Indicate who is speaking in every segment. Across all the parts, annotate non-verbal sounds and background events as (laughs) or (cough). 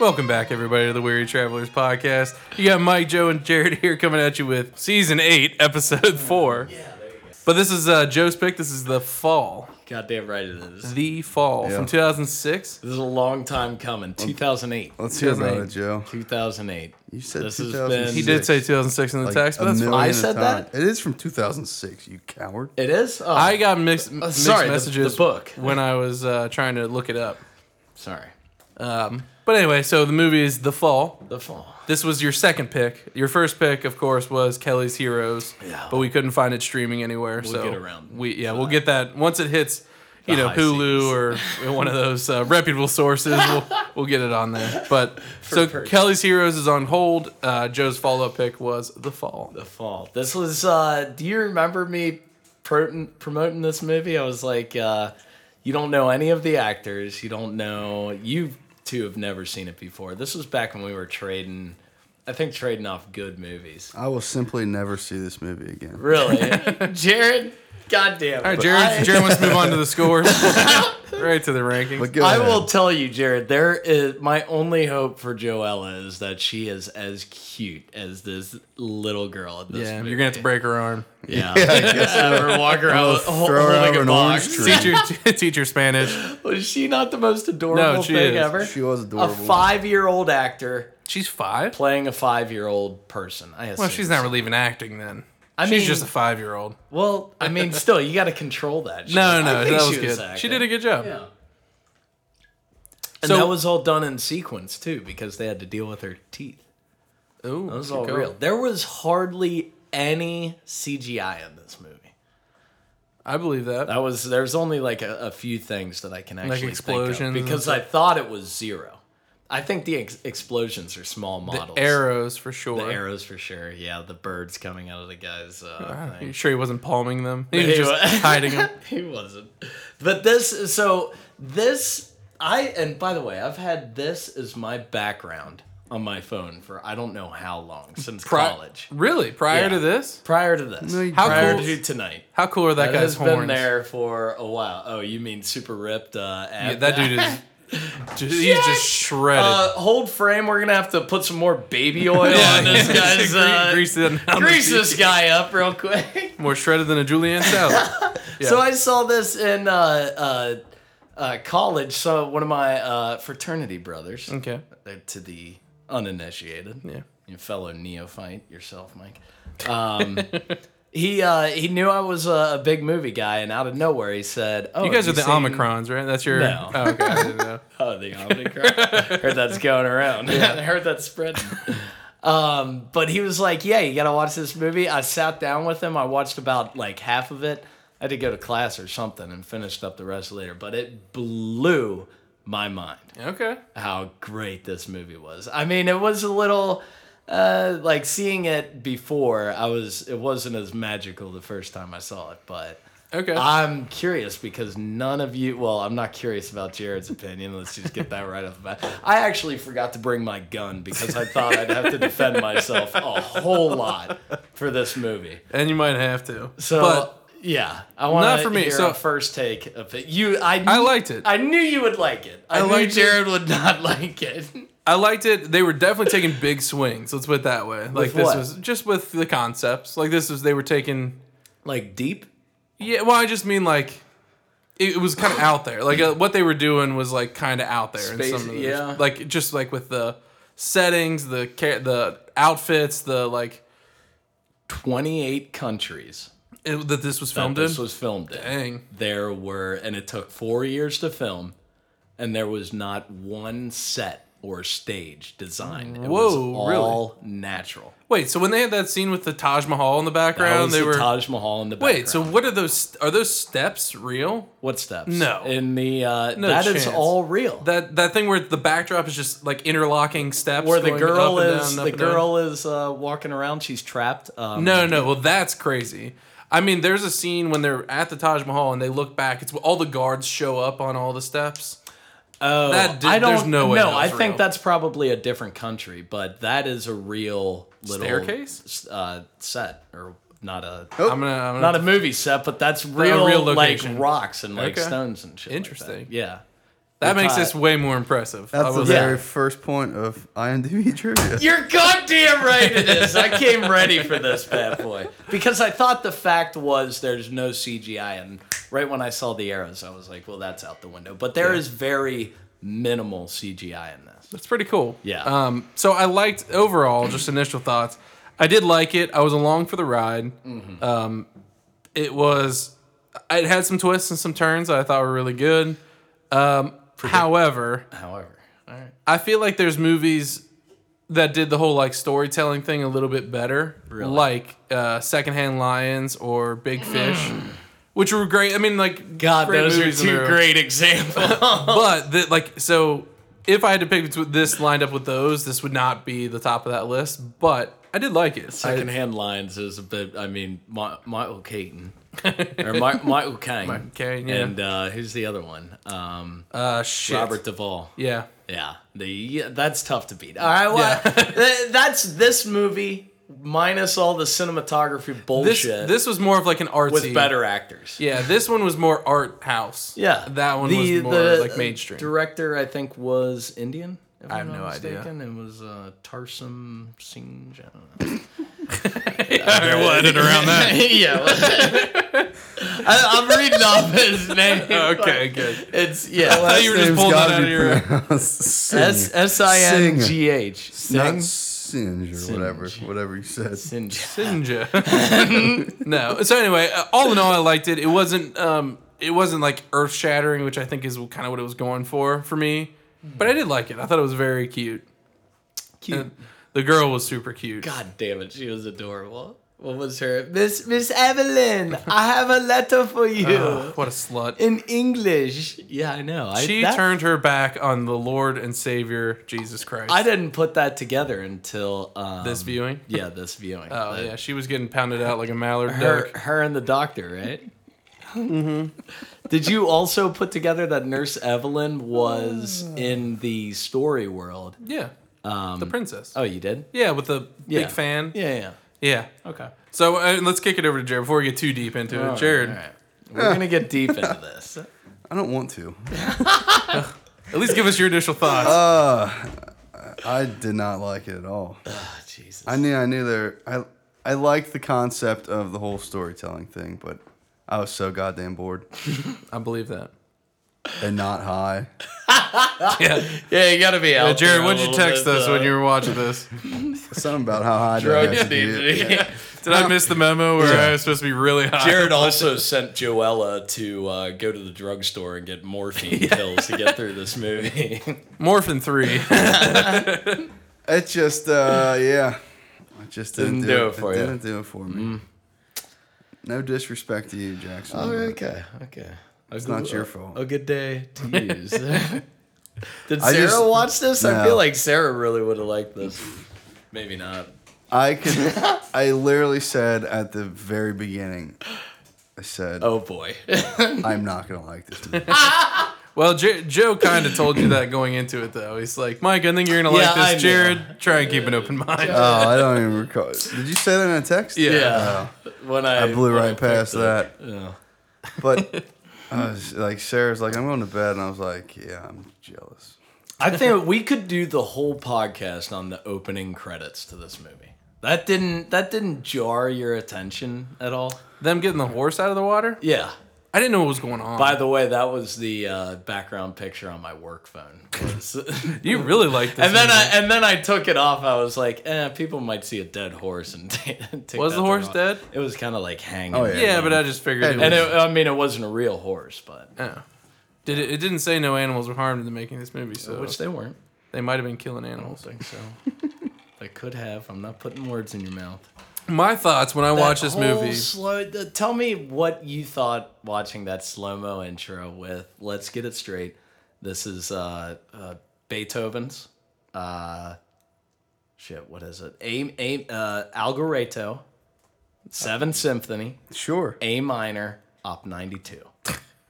Speaker 1: Welcome back, everybody, to the Weary Travelers podcast. You got Mike, Joe, and Jared here coming at you with season eight, episode four. But this is uh, Joe's pick. This is the fall,
Speaker 2: Goddamn right it is. This
Speaker 1: the fall
Speaker 3: Yeah.
Speaker 1: from 2006.
Speaker 2: is a long time coming. 2008.
Speaker 3: Let's hear
Speaker 1: 2008.
Speaker 3: about it, Joe.
Speaker 2: 2008.
Speaker 3: You said
Speaker 2: This has
Speaker 3: 2006.
Speaker 2: been-
Speaker 1: He did say 2006 in the
Speaker 3: Like
Speaker 1: text,
Speaker 3: a
Speaker 1: but that's fine.
Speaker 3: million
Speaker 2: I
Speaker 3: at a
Speaker 2: said
Speaker 3: time.
Speaker 2: that?
Speaker 3: It is from 2006. You coward.
Speaker 2: It is? Oh,
Speaker 1: I got mixed, mixed
Speaker 2: sorry, the-
Speaker 1: messages
Speaker 2: the book.
Speaker 1: when I was uh, trying to look it up.
Speaker 2: sorry.
Speaker 1: Um, but anyway, so the movie is The Fall.
Speaker 2: The fall.
Speaker 1: This was your second pick. Your first pick, of course, was Kelly's Heroes,
Speaker 2: Yeah.
Speaker 1: but we couldn't find it streaming anywhere. so
Speaker 2: get around
Speaker 1: We yeah, we'll get that once it hits, you
Speaker 2: The
Speaker 1: know,
Speaker 2: high
Speaker 1: Hulu or one of those uh, reputable sources.
Speaker 2: (laughs)
Speaker 1: We'll, we'll get it on there. But so
Speaker 2: purchase.
Speaker 1: Kelly's Heroes is on hold. Uh, Joe's follow up pick was The Fall.
Speaker 2: The fall. This was, uh, do you remember me pro- promoting this movie? I was like, uh, you don't know any of the actors. You don't know. You two have never seen it before. This was back when we were trading, I think, trading off
Speaker 1: (laughs)
Speaker 2: good movies.
Speaker 3: I will simply never see this movie again.
Speaker 2: Really? Jared? Goddamn.
Speaker 1: All right, Jared. Jared wants to move on
Speaker 2: (laughs)
Speaker 1: to the scores. right to the rankings.
Speaker 3: But go
Speaker 2: I
Speaker 3: ahead.
Speaker 2: will tell you, Jared. There is my only hope for Joella is that she is as cute as this little girl. In this
Speaker 1: yeah,
Speaker 2: movie.
Speaker 1: you're gonna have to break her
Speaker 2: (laughs)
Speaker 1: arm.
Speaker 2: Yeah,
Speaker 3: (laughs)
Speaker 2: Or walk her out hol-
Speaker 3: throw her
Speaker 2: holding
Speaker 3: out of
Speaker 2: a
Speaker 3: an
Speaker 2: box.
Speaker 3: orange
Speaker 2: (laughs)
Speaker 3: tree.
Speaker 1: Teacher, (laughs) teacher Spanish.
Speaker 2: Was she not the most adorable
Speaker 1: No, she
Speaker 2: thing
Speaker 1: is.
Speaker 2: ever?
Speaker 3: She was
Speaker 2: a
Speaker 3: adorable.
Speaker 2: five-year-old actor
Speaker 1: She's five.
Speaker 2: playing a five-year-old person. I
Speaker 1: Well,
Speaker 2: assume
Speaker 1: she's not really even acting then.
Speaker 2: I
Speaker 1: she's
Speaker 2: mean-
Speaker 1: just a five year old.
Speaker 2: Well, I mean,
Speaker 1: (laughs)
Speaker 2: still, you got to control that. She-
Speaker 1: No, no,
Speaker 2: I
Speaker 1: no,
Speaker 2: think
Speaker 1: that was
Speaker 2: she
Speaker 1: good.
Speaker 2: acting.
Speaker 1: She did a good job.
Speaker 2: Yeah. And
Speaker 1: So-
Speaker 2: that was all done in sequence too, because they had to deal with her teeth.
Speaker 1: Ooh,
Speaker 2: That was
Speaker 1: good
Speaker 2: all
Speaker 1: call.
Speaker 2: real. There was hardly any CGI in this movie.
Speaker 1: I believe that.
Speaker 2: That was there's only like a, a few things that I can actually
Speaker 1: explosions
Speaker 2: think
Speaker 1: and
Speaker 2: of because I thought it was zero. I think the ex- explosions are small models.
Speaker 1: Arrows for sure.
Speaker 2: The arrows for sure. Yeah, the birds coming out of the guy's uh,
Speaker 1: Are
Speaker 2: thing.
Speaker 1: you sure he wasn't palming them? Ah, He was
Speaker 2: (laughs) He
Speaker 1: just
Speaker 2: wa- (laughs)
Speaker 1: hiding them.
Speaker 2: he wasn't. But this, so this, I, and by the way, I've had this as my background on my phone for I don't know how long since
Speaker 1: Pri-
Speaker 2: college.
Speaker 1: Really? Prior
Speaker 2: Yeah.
Speaker 1: to this?
Speaker 2: Prior to this,
Speaker 3: you
Speaker 1: How
Speaker 2: prior
Speaker 1: cool-
Speaker 2: to tonight,
Speaker 1: How cool are that,
Speaker 2: that
Speaker 1: guy's
Speaker 2: has
Speaker 1: horns?
Speaker 2: been there for a while. Oh, you mean super ripped? Uh,
Speaker 1: Yeah,
Speaker 2: ab-
Speaker 1: that dude is.
Speaker 2: (laughs)
Speaker 1: ju- he's
Speaker 2: Shit.
Speaker 1: just shredded.
Speaker 2: Uh, hold frame. We're gonna have to put some more baby oil on
Speaker 1: (laughs)
Speaker 2: this guy's. Uh,
Speaker 1: Grease it on the
Speaker 2: grease
Speaker 1: teeth.
Speaker 2: this guy up real
Speaker 1: (laughs)
Speaker 2: quick.
Speaker 1: More shredded than a julienne salad.
Speaker 2: (laughs)
Speaker 1: Yeah.
Speaker 2: So I saw this in uh, uh, uh, college. So one of my uh, fraternity brothers,
Speaker 1: okay.
Speaker 2: uh, to the uninitiated,
Speaker 1: Mm. Yeah.
Speaker 2: your fellow neophyte yourself, Mike. Um, he uh, he knew I was a, a big movie guy, and out of nowhere he said, "Oh,
Speaker 1: You guys are
Speaker 2: have
Speaker 1: the
Speaker 2: seen-
Speaker 1: Omicrons, right? That's your.
Speaker 2: No.
Speaker 1: Oh, okay. I didn't
Speaker 2: (laughs)
Speaker 1: know.
Speaker 2: Oh, the Omicron. heard that's going around. (laughs) I heard that's spreading. Um, but he was like, "Yeah, you gotta watch this movie." I sat down with him. I watched about like half of it. I had to go to class or something and finished up the rest later. But it blew my mind
Speaker 1: Okay.
Speaker 2: how great this movie was. I mean, it was a little uh, like seeing it before. I was it wasn't as magical the first time I saw it, but
Speaker 1: Okay.
Speaker 2: I'm curious because none of you. Well, I'm not curious about Jared's opinion. Let's just get that right off the bat. I actually forgot to bring my gun because I thought I'd have to defend myself a whole lot for this movie.
Speaker 1: and you might have to.
Speaker 2: So
Speaker 1: But
Speaker 2: yeah, I want
Speaker 1: Not for me,
Speaker 2: Hear
Speaker 1: so-
Speaker 2: a first take of it. You, I,
Speaker 1: I liked it.
Speaker 2: I knew you would like it. I,
Speaker 1: I
Speaker 2: knew
Speaker 1: liked it.
Speaker 2: Jared
Speaker 1: (laughs)
Speaker 2: would not like it.
Speaker 1: I liked it. They were definitely taking big swings. Let's put it that way. Like this
Speaker 2: what?
Speaker 1: was just with the concepts. Like this was they were taking.
Speaker 2: Like deep.
Speaker 1: Yeah. Well, I just mean like it, it was
Speaker 2: (coughs)
Speaker 1: kind of out there. Like uh, what they were doing was like kind of out there.
Speaker 2: Space-
Speaker 1: in some of those.
Speaker 2: yeah.
Speaker 1: Like just like with the settings, the ca- the outfits, the like
Speaker 2: Twenty-eight countries
Speaker 1: it, that this was
Speaker 2: that
Speaker 1: filmed
Speaker 2: this
Speaker 1: in.
Speaker 2: was filmed in.
Speaker 1: Dang.
Speaker 2: there were and it took four years to film and there was not one set or stage design it was
Speaker 1: Whoa,
Speaker 2: all natural
Speaker 1: Wait. So when they had that scene with the Taj Mahal in the
Speaker 2: that
Speaker 1: background,
Speaker 2: was
Speaker 1: they
Speaker 2: the
Speaker 1: were.
Speaker 2: taj mahal in the background
Speaker 1: Wait, so what are those? Are those steps real?
Speaker 2: what steps
Speaker 1: No.
Speaker 2: in the uh
Speaker 1: No
Speaker 2: that is
Speaker 1: chance.
Speaker 2: all real
Speaker 1: That that thing where the backdrop is just like interlocking steps.
Speaker 2: where the
Speaker 1: going
Speaker 2: girl
Speaker 1: up and
Speaker 2: is
Speaker 1: down, up
Speaker 2: the
Speaker 1: and down?
Speaker 2: girl is uh walking around she's trapped um
Speaker 1: No, no. Well, that's crazy. I mean, there's a scene when they're at the Taj Mahal and they look back. It's all the guards show up on all the steps.
Speaker 2: oh,
Speaker 1: that did-
Speaker 2: i don't
Speaker 1: there's no way that
Speaker 2: i
Speaker 1: was
Speaker 2: think
Speaker 1: real.
Speaker 2: that's probably a different country but that is a real little
Speaker 1: Staircase?
Speaker 2: s- uh set or not a
Speaker 1: I'm gonna. I'm gonna
Speaker 2: not a movie set, but that's real,
Speaker 1: real
Speaker 2: like
Speaker 1: location.
Speaker 2: rocks and like
Speaker 1: Okay.
Speaker 2: stones and shit. like that.
Speaker 1: Interesting.
Speaker 2: Yeah.
Speaker 1: that makes
Speaker 2: tie.
Speaker 1: this way more impressive. I
Speaker 3: That's the
Speaker 1: will
Speaker 2: Yeah.
Speaker 1: say.
Speaker 3: very first point of IMDb (laughs) trivia.
Speaker 2: You're goddamn right it is. I came ready for this bad boy. Because I thought the fact was there's no CGI and right when I saw the arrows I was like, well that's out the window. But there is very minimal CGI in this.
Speaker 1: That's pretty cool.
Speaker 2: Yeah.
Speaker 1: Um, so I liked overall, just initial thoughts. I did like it. I was along for the ride. Um, it was. It had some twists and some turns that I thought were really good. Um, however,
Speaker 2: However.
Speaker 1: I feel like there's movies that did the whole like storytelling thing a little bit better, like uh, Secondhand Lions or Big Fish, which were great. I mean, like
Speaker 2: God,
Speaker 1: great
Speaker 2: those are
Speaker 1: movies in
Speaker 2: two
Speaker 1: their-
Speaker 2: great examples.
Speaker 1: but the, like so if i had to pick between this lined up with those this would not be the top of that list but i did like it I,
Speaker 2: (laughs) Secondhand lines is a bit I mean Mi- Michael (laughs) Keaton. or Mi- Michael Caine.
Speaker 1: Michael Caine, yeah.
Speaker 2: And uh, who's the other one? Um,
Speaker 1: uh shit
Speaker 2: Robert Duvall.
Speaker 1: yeah
Speaker 2: Yeah, the yeah, that's tough to beat. All right, well, (laughs) th- that's this movie minus all the cinematography
Speaker 1: this
Speaker 2: bullshit
Speaker 1: this was more of like an artsy
Speaker 2: with better actors.
Speaker 1: yeah this one was more art house
Speaker 2: Yeah,
Speaker 1: that one was more like mainstream
Speaker 2: Director, I think, was Indian. If I
Speaker 1: have no idea.
Speaker 2: idea. It was uh, Tarsim Singh. I don't know. (laughs)
Speaker 1: yeah, we'll edit around that
Speaker 2: yeah. well- I, I'm reading off his name.
Speaker 1: (laughs) okay good
Speaker 2: It's yeah.
Speaker 1: thought you were just
Speaker 3: Name's
Speaker 1: pulling that
Speaker 3: gotta
Speaker 1: out of
Speaker 3: be
Speaker 1: your
Speaker 3: pronounced Sing.
Speaker 2: S S I N G H. Singh.
Speaker 3: Not Singe or whatever, whatever you said.
Speaker 2: Singh.
Speaker 1: Sinja. (laughs) no. So anyway, uh, all in all, I liked it. It wasn't um, it wasn't like earth shattering, which I think is kind of what it was going for for me. But I did like it. I thought it was very cute.
Speaker 2: Cute.
Speaker 1: And the girl was super cute.
Speaker 2: God damn it, she was adorable. What was her Miss Miss Evelyn? I have a letter for (laughs) you
Speaker 1: Ugh, what a slut.
Speaker 2: in English. Oh. Yeah, I know. I,
Speaker 1: she
Speaker 2: that-
Speaker 1: turned her back on the Lord and Savior Jesus Christ.
Speaker 2: I didn't put that together until um,
Speaker 1: this viewing.
Speaker 2: Yeah, this viewing.
Speaker 1: Oh yeah, she was getting pounded out like a mallard
Speaker 2: her,
Speaker 1: duck.
Speaker 2: her and the doctor, right? mm-hmm. Did you also put together that Nurse Evelyn was in the story world?
Speaker 1: Yeah. Um, the princess.
Speaker 2: Oh, you did.
Speaker 1: Yeah, with the
Speaker 2: Yeah.
Speaker 1: big fan. Yeah.
Speaker 2: Yeah, yeah. Okay.
Speaker 1: So uh, let's kick it over to Jared before we get too deep into it. Jared,
Speaker 2: All right. We're gonna get deep into this.
Speaker 3: I don't want to.
Speaker 1: at least give us your initial thoughts.
Speaker 3: I did not like it at all.
Speaker 2: Oh, Jesus.
Speaker 3: I knew I knew there I I liked the concept of the whole storytelling thing, but I was so goddamn bored.
Speaker 1: I believe that.
Speaker 3: And not high.
Speaker 1: (laughs) (laughs) Yeah.
Speaker 2: Yeah, you gotta be out.
Speaker 1: Jared, what'd you text us when you were watching this?
Speaker 3: Something about how high
Speaker 2: uh, Drug
Speaker 3: I have to get.
Speaker 1: (laughs)
Speaker 2: (laughs)
Speaker 1: Did I miss the memo where I was supposed to be really high?
Speaker 2: Jared also sent Joella to uh, go to the drugstore and get morphine pills to get through this movie.
Speaker 1: Morphin (laughs) 3.
Speaker 3: It just uh yeah. I just didn't,
Speaker 2: Didn't
Speaker 3: do,
Speaker 2: do it
Speaker 3: it.
Speaker 2: for
Speaker 3: it
Speaker 2: ya. Mm-hmm.
Speaker 3: didn't do it for me. No disrespect to you, Jackson. but
Speaker 2: Oh, okay, okay. It's
Speaker 3: not your fault.
Speaker 2: A good day to use. (laughs) Did
Speaker 3: I
Speaker 2: Sarah
Speaker 3: just-
Speaker 2: watch this? I feel
Speaker 3: No.
Speaker 2: like Sarah really would have liked this. Maybe not.
Speaker 3: I could I literally said at the very beginning I said
Speaker 2: Oh boy.
Speaker 3: I'm not gonna like this movie.
Speaker 1: well, J- Joe kind of told you that going into it, though. He's like, Mike, I think you're going to
Speaker 2: Yeah,
Speaker 1: like
Speaker 2: I
Speaker 1: this.
Speaker 2: know.
Speaker 1: Jared, try and keep an open mind.
Speaker 3: Oh, I don't even recall. Did you say that in a text?
Speaker 1: (laughs) Yeah.
Speaker 2: yeah. (laughs) When I,
Speaker 3: I blew
Speaker 2: when
Speaker 3: right
Speaker 2: picked
Speaker 3: past
Speaker 2: it.
Speaker 3: that.
Speaker 2: Yeah. (laughs)
Speaker 3: But I was like, Sarah's like, I'm going to bed, and I was like, yeah, I'm jealous.
Speaker 2: I think we could do the whole podcast on the opening credits to this movie. That didn't that didn't jar your attention at all.
Speaker 1: Them getting the horse out of the water?
Speaker 2: Yeah.
Speaker 1: I didn't know what was going on.
Speaker 2: By the way, that was the uh, background picture on my
Speaker 1: (laughs)
Speaker 2: work phone. was- (laughs) and
Speaker 1: you really like this.
Speaker 2: then
Speaker 1: movie.
Speaker 2: I and then I took it off. I was like, eh, people might see a dead horse and (laughs) take take
Speaker 1: Was
Speaker 2: that
Speaker 1: the horse
Speaker 2: thing off.
Speaker 1: dead?
Speaker 2: It was kind of like hanging.
Speaker 3: Oh, yeah.
Speaker 1: Yeah, but I just figured it
Speaker 2: And
Speaker 1: was.
Speaker 2: it, I mean, it wasn't a real horse, but
Speaker 1: Oh. Did it, it didn't say no animals were harmed in the making of this movie, so
Speaker 2: which they weren't.
Speaker 1: they might have been killing animals.
Speaker 2: I think so. they could have. I'm not putting words in your mouth.
Speaker 1: My thoughts when I watched
Speaker 2: That
Speaker 1: this
Speaker 2: whole
Speaker 1: movie.
Speaker 2: Slow, the, tell me what you thought watching that slow mo intro with. Let's get it straight. This is uh, uh, Beethoven's. Uh, shit, what is it? A, a, uh, Algoretto,
Speaker 3: Uh,
Speaker 2: Seventh Symphony,
Speaker 3: Sure.
Speaker 2: A minor, Op 92.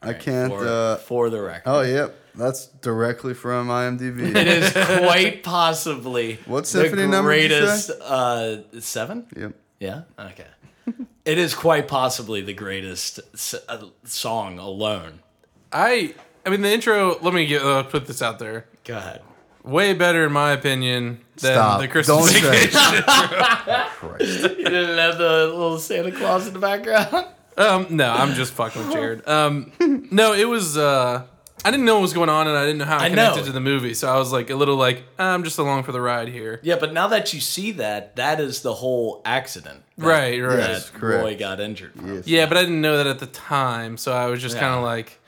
Speaker 3: I can't.
Speaker 2: For,
Speaker 3: Uh,
Speaker 2: for the record.
Speaker 3: oh, yep. That's directly from
Speaker 2: It
Speaker 3: IMDb.
Speaker 2: is quite possibly
Speaker 3: What
Speaker 2: the
Speaker 3: symphony number did you
Speaker 2: greatest
Speaker 3: say?
Speaker 2: uh, seven.
Speaker 3: yep.
Speaker 2: Yeah. Okay. It is quite possibly the greatest s- uh, song alone.
Speaker 1: I I mean the intro. Let me get, uh, put this out there.
Speaker 2: Go (laughs) ahead.
Speaker 1: Way better in my opinion than
Speaker 3: Stop.
Speaker 1: the Christmas
Speaker 3: (laughs) Don't say it.
Speaker 1: vacation.
Speaker 3: Christ.
Speaker 2: You didn't have the little Santa Claus in the background.
Speaker 1: Um, no, I'm just fucking with Jared. Um, no, it was. Uh, I didn't know what was going on, and I didn't know how it
Speaker 2: I
Speaker 1: connected
Speaker 2: know.
Speaker 1: to the movie. So I was like a little like I'm just along for the ride here.
Speaker 2: (laughs) Yeah, but now that you see that, that is the whole accident. that-
Speaker 1: Right, right.
Speaker 2: That
Speaker 3: correct.
Speaker 2: Roy got injured. From.
Speaker 3: Yes.
Speaker 1: Yeah, but I didn't know that at the time, so I was just
Speaker 2: Yeah.
Speaker 1: kind of like,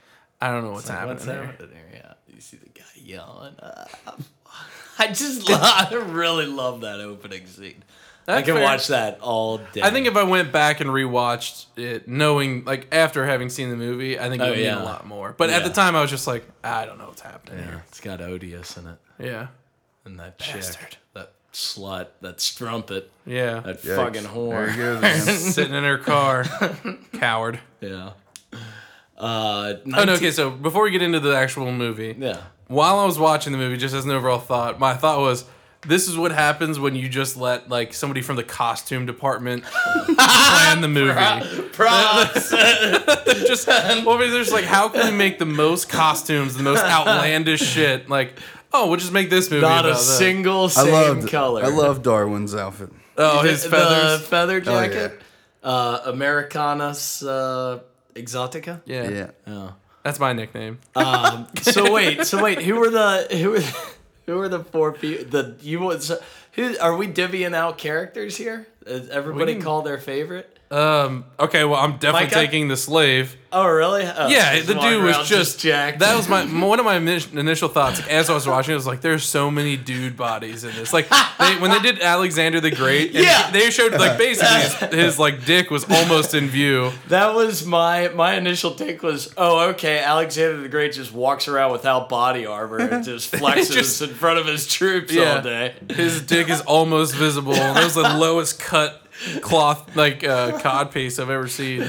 Speaker 1: I don't know what's happening.
Speaker 2: What's
Speaker 1: here.
Speaker 2: happening here? Yeah, you see the guy yelling. Uh, (laughs) I just, lo- I really love that opening scene. I
Speaker 1: That's
Speaker 2: can
Speaker 1: fair.
Speaker 2: watch that all day.
Speaker 1: I think if I went back and rewatched it, knowing like after having seen the movie, I think it
Speaker 2: Oh,
Speaker 1: would mean a
Speaker 2: yeah.
Speaker 1: lot more. But at the
Speaker 2: Yeah.
Speaker 1: time, I was just like, I don't know what's happening.
Speaker 2: yeah, it's got odious in it,
Speaker 1: here.
Speaker 2: and that chick,
Speaker 1: Bastard.
Speaker 2: that slut, that strumpet,
Speaker 1: Yeah, yeah.
Speaker 2: that fucking
Speaker 3: There
Speaker 2: whore.
Speaker 3: he
Speaker 2: (laughs)
Speaker 3: goes
Speaker 1: (laughs)
Speaker 3: again.
Speaker 1: Sitting in her car, coward.
Speaker 2: Yeah. Uh,
Speaker 1: Oh no. Okay, so before we get into the actual movie,
Speaker 3: (laughs)
Speaker 2: Yeah.
Speaker 1: while I was watching the movie, just as an overall thought, my thought was, this is what happens when you just let like somebody from the costume department plan the
Speaker 2: (laughs)
Speaker 1: movie.
Speaker 2: Props.
Speaker 1: just, well, they're just like, how can we make the most costumes, the most
Speaker 2: (laughs)
Speaker 1: outlandish shit? Like, oh, we'll just make this movie
Speaker 2: Not
Speaker 1: about
Speaker 2: a
Speaker 1: that.
Speaker 2: single
Speaker 3: I
Speaker 2: same
Speaker 3: loved,
Speaker 2: color.
Speaker 3: I love Darwin's outfit.
Speaker 1: Oh, his
Speaker 2: the
Speaker 1: feathers.
Speaker 2: feather
Speaker 3: Oh, yeah.
Speaker 2: jacket. Uh, Americanus uh, exotica.
Speaker 1: yeah.
Speaker 3: Yeah.
Speaker 1: that's my nickname.
Speaker 2: Um, so wait, so wait, who were the who were the, who were the four people? The you was who are we divvying out characters here? Does everybody
Speaker 1: can-
Speaker 2: call their favorite?
Speaker 1: Um, okay, well, I'm definitely
Speaker 2: Micah?
Speaker 1: taking the slave.
Speaker 2: Oh really? Oh,
Speaker 1: Yeah,
Speaker 2: just
Speaker 1: the
Speaker 2: walking
Speaker 1: dude was
Speaker 2: around
Speaker 1: just,
Speaker 2: jacked.
Speaker 1: That was my one of my ini- initial thoughts as I was watching. it was like, there's so many dude bodies in this. Like they, when they did Alexander the Great, and
Speaker 2: Yeah.
Speaker 1: they showed like basically his, his, like dick was almost in view.
Speaker 2: that was my my initial take was oh okay Alexander the Great just walks around without body armor and just flexes
Speaker 1: Just-
Speaker 2: in front of his troops
Speaker 1: Yeah.
Speaker 2: all day.
Speaker 1: His dick is almost visible. That was the lowest cut cloth like uh, cod piece I've ever seen.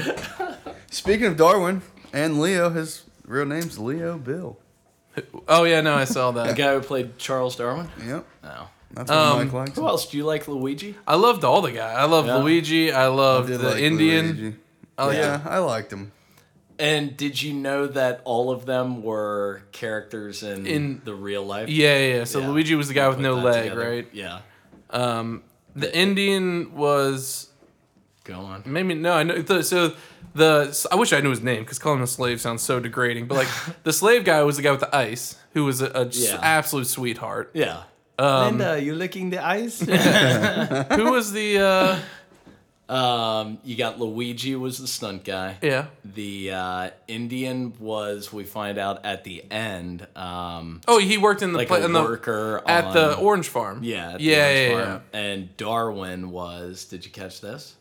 Speaker 3: Speaking of Darwin and Leo, his real name's Leo Bill.
Speaker 1: Oh yeah, no, I saw
Speaker 2: The
Speaker 1: that.
Speaker 2: guy who played Charles Darwin.
Speaker 3: Yep.
Speaker 2: No.
Speaker 3: That's what
Speaker 1: Um,
Speaker 3: Mike likes.
Speaker 2: Who else do you like, Luigi?
Speaker 1: I loved all the guy. I loved
Speaker 2: Yeah.
Speaker 1: Luigi. I loved
Speaker 3: Did
Speaker 1: the
Speaker 3: like
Speaker 1: Indian.
Speaker 3: Luigi.
Speaker 1: like
Speaker 3: yeah, I liked him.
Speaker 2: And did you know that all of them were characters in,
Speaker 1: In-
Speaker 2: the real life?
Speaker 1: Yeah, yeah. yeah. So
Speaker 2: Yeah.
Speaker 1: Luigi was the guy with
Speaker 2: Put
Speaker 1: no
Speaker 2: that
Speaker 1: leg,
Speaker 2: together.
Speaker 1: right?
Speaker 2: Yeah.
Speaker 1: The Indian was
Speaker 2: Go on.
Speaker 1: Maybe no, I know. The, so the I wish I knew his name because calling him a slave sounds so degrading. But
Speaker 2: (laughs)
Speaker 1: like the slave guy was the guy with the ice who was a, a s-
Speaker 2: Yeah.
Speaker 1: absolute
Speaker 2: (laughs)
Speaker 1: sweetheart.
Speaker 2: Yeah. Linda, you licking the ice?
Speaker 1: who was the uh,
Speaker 2: um, you got Luigi was the stunt guy.
Speaker 1: yeah?
Speaker 2: The uh, Indian was we find out at the end, um,
Speaker 1: Oh, he worked in the
Speaker 2: like
Speaker 1: pla-
Speaker 2: a
Speaker 1: in the,
Speaker 2: worker
Speaker 1: at
Speaker 2: on,
Speaker 1: the orange farm.
Speaker 2: yeah, at the
Speaker 1: yeah,
Speaker 2: orange
Speaker 1: yeah,
Speaker 2: farm. And Darwin was. Did you catch this?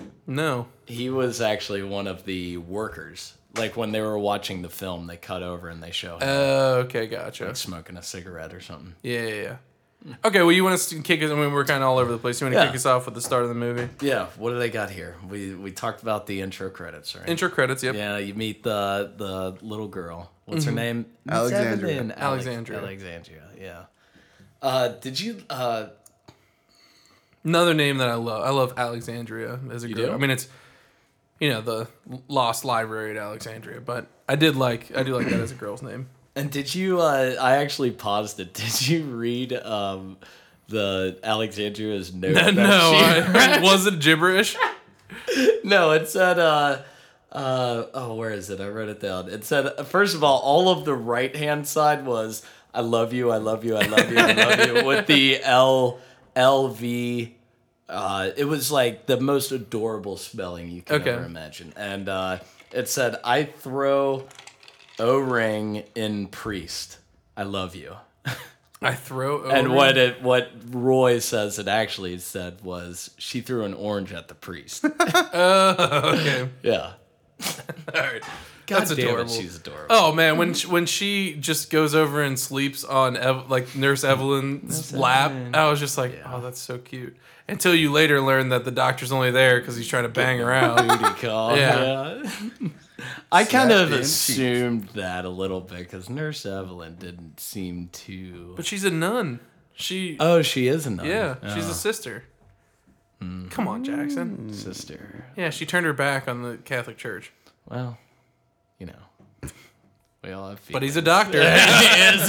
Speaker 1: yeah. No,
Speaker 2: He was actually one of the workers. Like when they were watching the film, they cut over and they show him
Speaker 1: uh, okay, gotcha.
Speaker 2: smoking a cigarette or something.
Speaker 1: Yeah, yeah, yeah. Okay, well, you want us to kick us? I mean, we're kind of all over the place. You want to
Speaker 2: Yeah.
Speaker 1: kick us off with the start of the movie?
Speaker 2: Yeah, what do they got here? We we talked about the intro credits, right?
Speaker 1: Intro credits. Yep.
Speaker 2: yeah, you meet the the little girl. What's her name? Miss
Speaker 3: Alexandria.
Speaker 2: Evelyn. Alex-
Speaker 1: Alexandria.
Speaker 2: Mm-hmm. Alexandria. Yeah. Uh, did you? Uh,
Speaker 1: Another name that I love. I love Alexandria as a girl.
Speaker 2: do?
Speaker 1: I mean, it's you know the lost library at Alexandria, but I did like I do like that as a girl's name.
Speaker 2: and did you? Uh, I actually paused it. (laughs) Did you read um, the Alexandria's note?
Speaker 1: no,
Speaker 2: (laughs) that she-
Speaker 1: I, was it gibberish?
Speaker 2: (laughs) no, it said. Uh, uh, oh, where is it? I wrote it down. It said, uh, first of all, all of the right hand side was "I love you, I love you, I love you, I love you" with the L L V. Uh, it was like the most adorable spelling you can
Speaker 1: Okay.
Speaker 2: ever imagine, and uh, it said, "I throw O ring in priest. I love you."
Speaker 1: I throw over.
Speaker 2: And what it what Roy says it actually said was, "She threw an orange at
Speaker 1: (laughs)
Speaker 2: the priest."
Speaker 1: (laughs) Okay,
Speaker 2: Yeah.
Speaker 1: all right.
Speaker 2: God
Speaker 1: That's
Speaker 2: damn it,
Speaker 1: adorable.
Speaker 2: she's adorable. (laughs)
Speaker 1: Oh man, when she, when she just goes over and sleeps on Ev- like Nurse Evelyn's lap, I was just like, oh, that's so cute. Until you later learn that the doctor's only there because he's trying to bang her out.
Speaker 2: (laughs) booty call.
Speaker 1: Yeah.
Speaker 2: Yeah. (laughs) I kind
Speaker 3: Snap
Speaker 2: of
Speaker 3: in cheeks.
Speaker 2: assumed that a little bit because Nurse Evelyn didn't seem to.
Speaker 1: but she's a nun. She
Speaker 2: Oh, she is a nun.
Speaker 1: yeah, she's a sister. Come on,
Speaker 2: Hmm.
Speaker 1: Jackson.
Speaker 2: sister.
Speaker 1: Yeah, she turned her back on the Catholic Church.
Speaker 2: Well, you know, we all have.
Speaker 1: But
Speaker 2: Feelings.
Speaker 1: he's a
Speaker 2: (laughs)
Speaker 1: doctor.
Speaker 2: As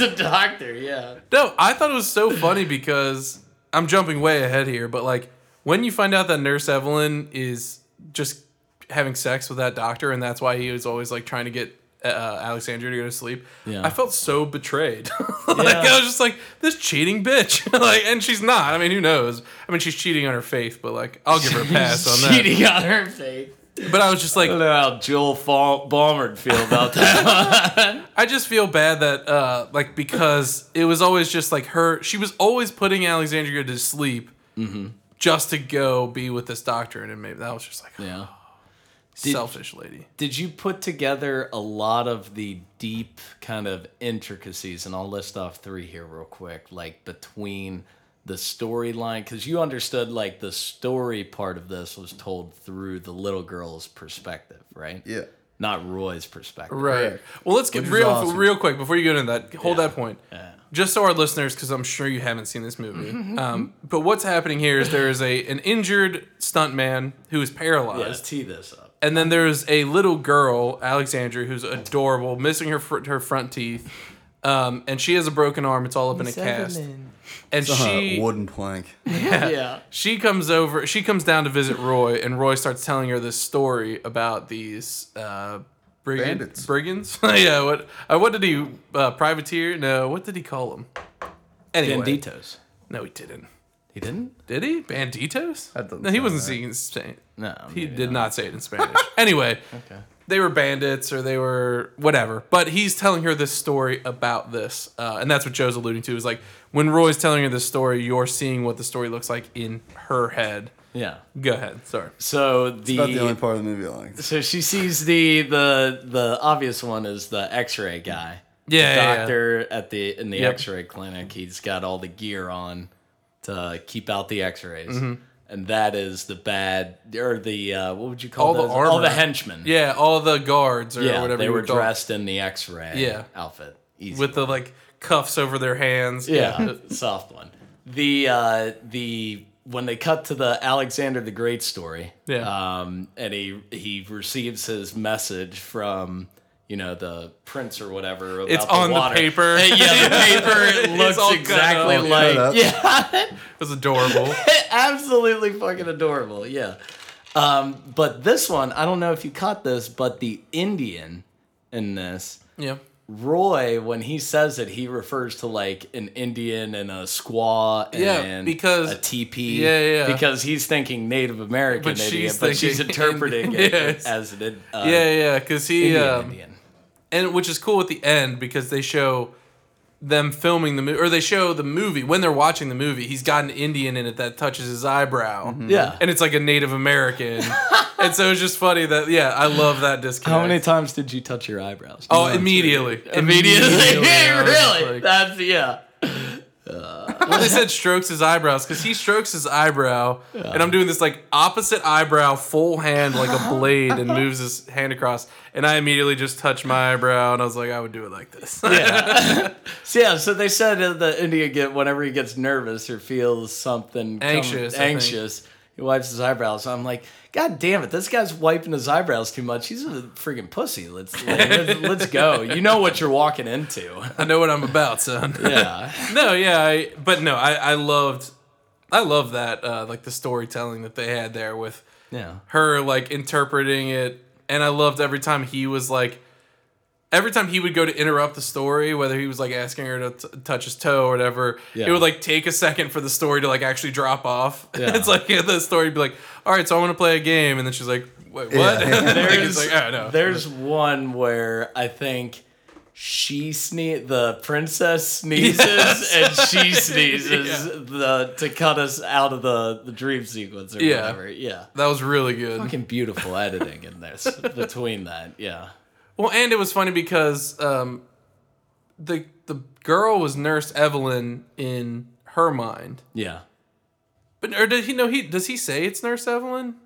Speaker 1: (laughs)
Speaker 2: a doctor, yeah.
Speaker 1: No, I thought it was so funny because I'm jumping way ahead here, but like when you find out that Nurse Evelyn is just having sex with that doctor and that's why he was always like trying to get uh, Alexandria to go to sleep,
Speaker 2: Yeah.
Speaker 1: I felt so betrayed. (laughs) like
Speaker 2: Yeah.
Speaker 1: I was just like this cheating bitch. (laughs) like and she's not. I mean, who knows? I mean, she's cheating on her faith, but like I'll give her a pass
Speaker 2: (laughs)
Speaker 1: on that.
Speaker 2: Cheating on her face.
Speaker 1: But I was just like
Speaker 2: I don't know how Joel Fa- Balmer'd feel
Speaker 1: (laughs)
Speaker 2: about that.
Speaker 1: I just feel bad that uh like because it was always just like her she was always putting Alexandria to sleep just to go be with this doctor and then maybe that was just like
Speaker 2: yeah.
Speaker 1: selfish lady.
Speaker 2: Did you put together a lot of the deep kind of intricacies? And I'll list off three here real quick, like between the storyline, because you understood like the story part of this was told through the little girl's perspective, right?
Speaker 3: Yeah.
Speaker 2: Not Roy's perspective.
Speaker 1: Right. Well, let's get
Speaker 3: Which is
Speaker 1: real
Speaker 3: awesome.
Speaker 1: real quick before you go into that. Hold
Speaker 2: Yeah.
Speaker 1: that point.
Speaker 2: Yeah.
Speaker 1: Just so our listeners, because I'm sure you haven't seen this movie, um, but what's happening here is there is a an injured stunt man who is paralyzed,
Speaker 2: Let's tee this up.
Speaker 1: and then there's a little girl, Alexandria, who's adorable, missing her fr- her front teeth, um, and she has a broken arm. It's all up in a cast. and
Speaker 3: Uh,
Speaker 1: she
Speaker 3: wooden plank.
Speaker 2: yeah.
Speaker 1: she comes over she comes down to visit roy and roy starts telling her this story about these uh brigand,
Speaker 3: Bandits.
Speaker 1: brigands (laughs) yeah what uh, what did he uh, privateer no what did he call them anyway
Speaker 2: Banditos.
Speaker 1: no he didn't
Speaker 2: He didn't?
Speaker 1: did he banditos
Speaker 3: That doesn't
Speaker 1: no he
Speaker 3: sound
Speaker 1: wasn't
Speaker 3: right.
Speaker 1: speaking Spanish.
Speaker 2: No.
Speaker 1: he
Speaker 2: maybe
Speaker 1: did not say it in spanish anyway
Speaker 2: (laughs) Okay.
Speaker 1: they were bandits or they were whatever. But he's telling her this story about this, uh, and that's what Joe's alluding to. Is like when Roy's telling her this story, you're seeing what the story looks like in her head.
Speaker 2: Yeah.
Speaker 1: Go ahead, sorry.
Speaker 2: So the,
Speaker 3: About the only part of the movie I liked.
Speaker 2: so she sees the the the obvious one is the X-ray guy.
Speaker 1: Yeah, yeah, yeah.
Speaker 2: doctor at the in the
Speaker 1: Yep.
Speaker 2: X-ray clinic. He's got all the gear on to keep out the X-rays,
Speaker 1: Mm-hmm.
Speaker 2: and that is the bad or the uh, what would you call
Speaker 1: All the
Speaker 2: those? all
Speaker 1: armor.
Speaker 2: the henchmen.
Speaker 1: Yeah, all the guards or
Speaker 2: yeah,
Speaker 1: whatever
Speaker 2: they
Speaker 1: you
Speaker 2: were
Speaker 1: would call it,
Speaker 2: dressed in the X-ray
Speaker 1: Yeah.
Speaker 2: outfit. Easy.
Speaker 1: with the like cuffs over their hands.
Speaker 2: Yeah, (laughs) soft one. The uh, the when they cut to the Alexander the Great story,
Speaker 1: Yeah.
Speaker 2: um, and he he receives his message from you know the prince or whatever. About
Speaker 1: It's
Speaker 2: the
Speaker 1: on the
Speaker 2: water.
Speaker 1: paper.
Speaker 2: Uh, (laughs) yeah, the paper
Speaker 1: (laughs)
Speaker 2: it
Speaker 1: It's all
Speaker 2: looks
Speaker 1: cut
Speaker 2: exactly
Speaker 1: up.
Speaker 2: like
Speaker 3: Cut up.
Speaker 2: yeah,
Speaker 1: it was adorable.
Speaker 2: (laughs) absolutely fucking adorable. Yeah. Um, but this one, I don't know if you caught this, but the Indian in this (laughs)
Speaker 1: yeah,
Speaker 2: Roy, when he says it, he refers to like an Indian and a squaw and
Speaker 1: Yeah, because-
Speaker 2: a teepee.
Speaker 1: Yeah, yeah, yeah.
Speaker 2: Because he's thinking Native American
Speaker 1: But
Speaker 2: Indian,
Speaker 1: she's
Speaker 2: but she's
Speaker 1: thinking
Speaker 2: interpreting it
Speaker 1: Yes.
Speaker 2: as an in- uh,
Speaker 1: yeah, yeah. Because he
Speaker 2: Indian,
Speaker 1: um,
Speaker 2: Indian.
Speaker 1: and which is cool at the end because they show them filming the movie or they show the movie when they're watching the movie he's got an indian in it that touches his eyebrow
Speaker 2: Yeah.
Speaker 1: and it's like a native
Speaker 2: (laughs)
Speaker 1: american and so it's just funny that yeah i love that disconnect
Speaker 2: How many times did you touch your eyebrows?
Speaker 1: oh immediately
Speaker 2: immediately.
Speaker 1: (laughs)
Speaker 2: (laughs)
Speaker 1: I was just
Speaker 2: really?
Speaker 1: like-
Speaker 2: That's yeah.
Speaker 1: well, they said strokes his eyebrows because he strokes his eyebrow, and I'm doing this like opposite eyebrow, full hand like a blade,
Speaker 2: (laughs)
Speaker 1: and moves his hand across, and I immediately just touch my eyebrow, and I was like, I would do it like this.
Speaker 2: So, yeah, so they said that the Indian get whenever he gets nervous or feels something come-
Speaker 1: Anxious, I think.
Speaker 2: anxious, he wipes his eyebrows. I'm like, God damn it, this guy's wiping his eyebrows too much. He's a freaking pussy. Let's like, let's, let's go. You know what you're walking into.
Speaker 1: (laughs) I know what I'm about, son.
Speaker 2: (laughs) Yeah,
Speaker 1: no, yeah, I, but no, I, I loved, I love that uh, like the storytelling that they had there with
Speaker 2: yeah,
Speaker 1: her like interpreting it, and I loved every time he was like, every time he would go to interrupt the story, whether he was like asking her to t- touch his toe or whatever,
Speaker 2: Yeah.
Speaker 1: it would like take a second for the story to like actually drop off. (laughs)
Speaker 2: Yeah.
Speaker 1: it's like the story would be like, all right, so I want to play a game, and then she's like, wait, what? (laughs) like, it's
Speaker 2: There's
Speaker 1: like, oh no.
Speaker 2: there's one where I think. She sne the
Speaker 1: (laughs)
Speaker 2: princess sneezes
Speaker 1: Yes.
Speaker 2: and
Speaker 1: (laughs)
Speaker 2: she sneezes the to cut us out of the, the dream sequence or
Speaker 1: Yeah.
Speaker 2: whatever. Yeah.
Speaker 1: that was really good.
Speaker 2: fucking beautiful editing in this between that yeah
Speaker 1: Well, and it was funny because um, the the girl was Nurse Evelyn in her mind,
Speaker 2: yeah
Speaker 1: but or did he know he does he say it's Nurse Evelyn?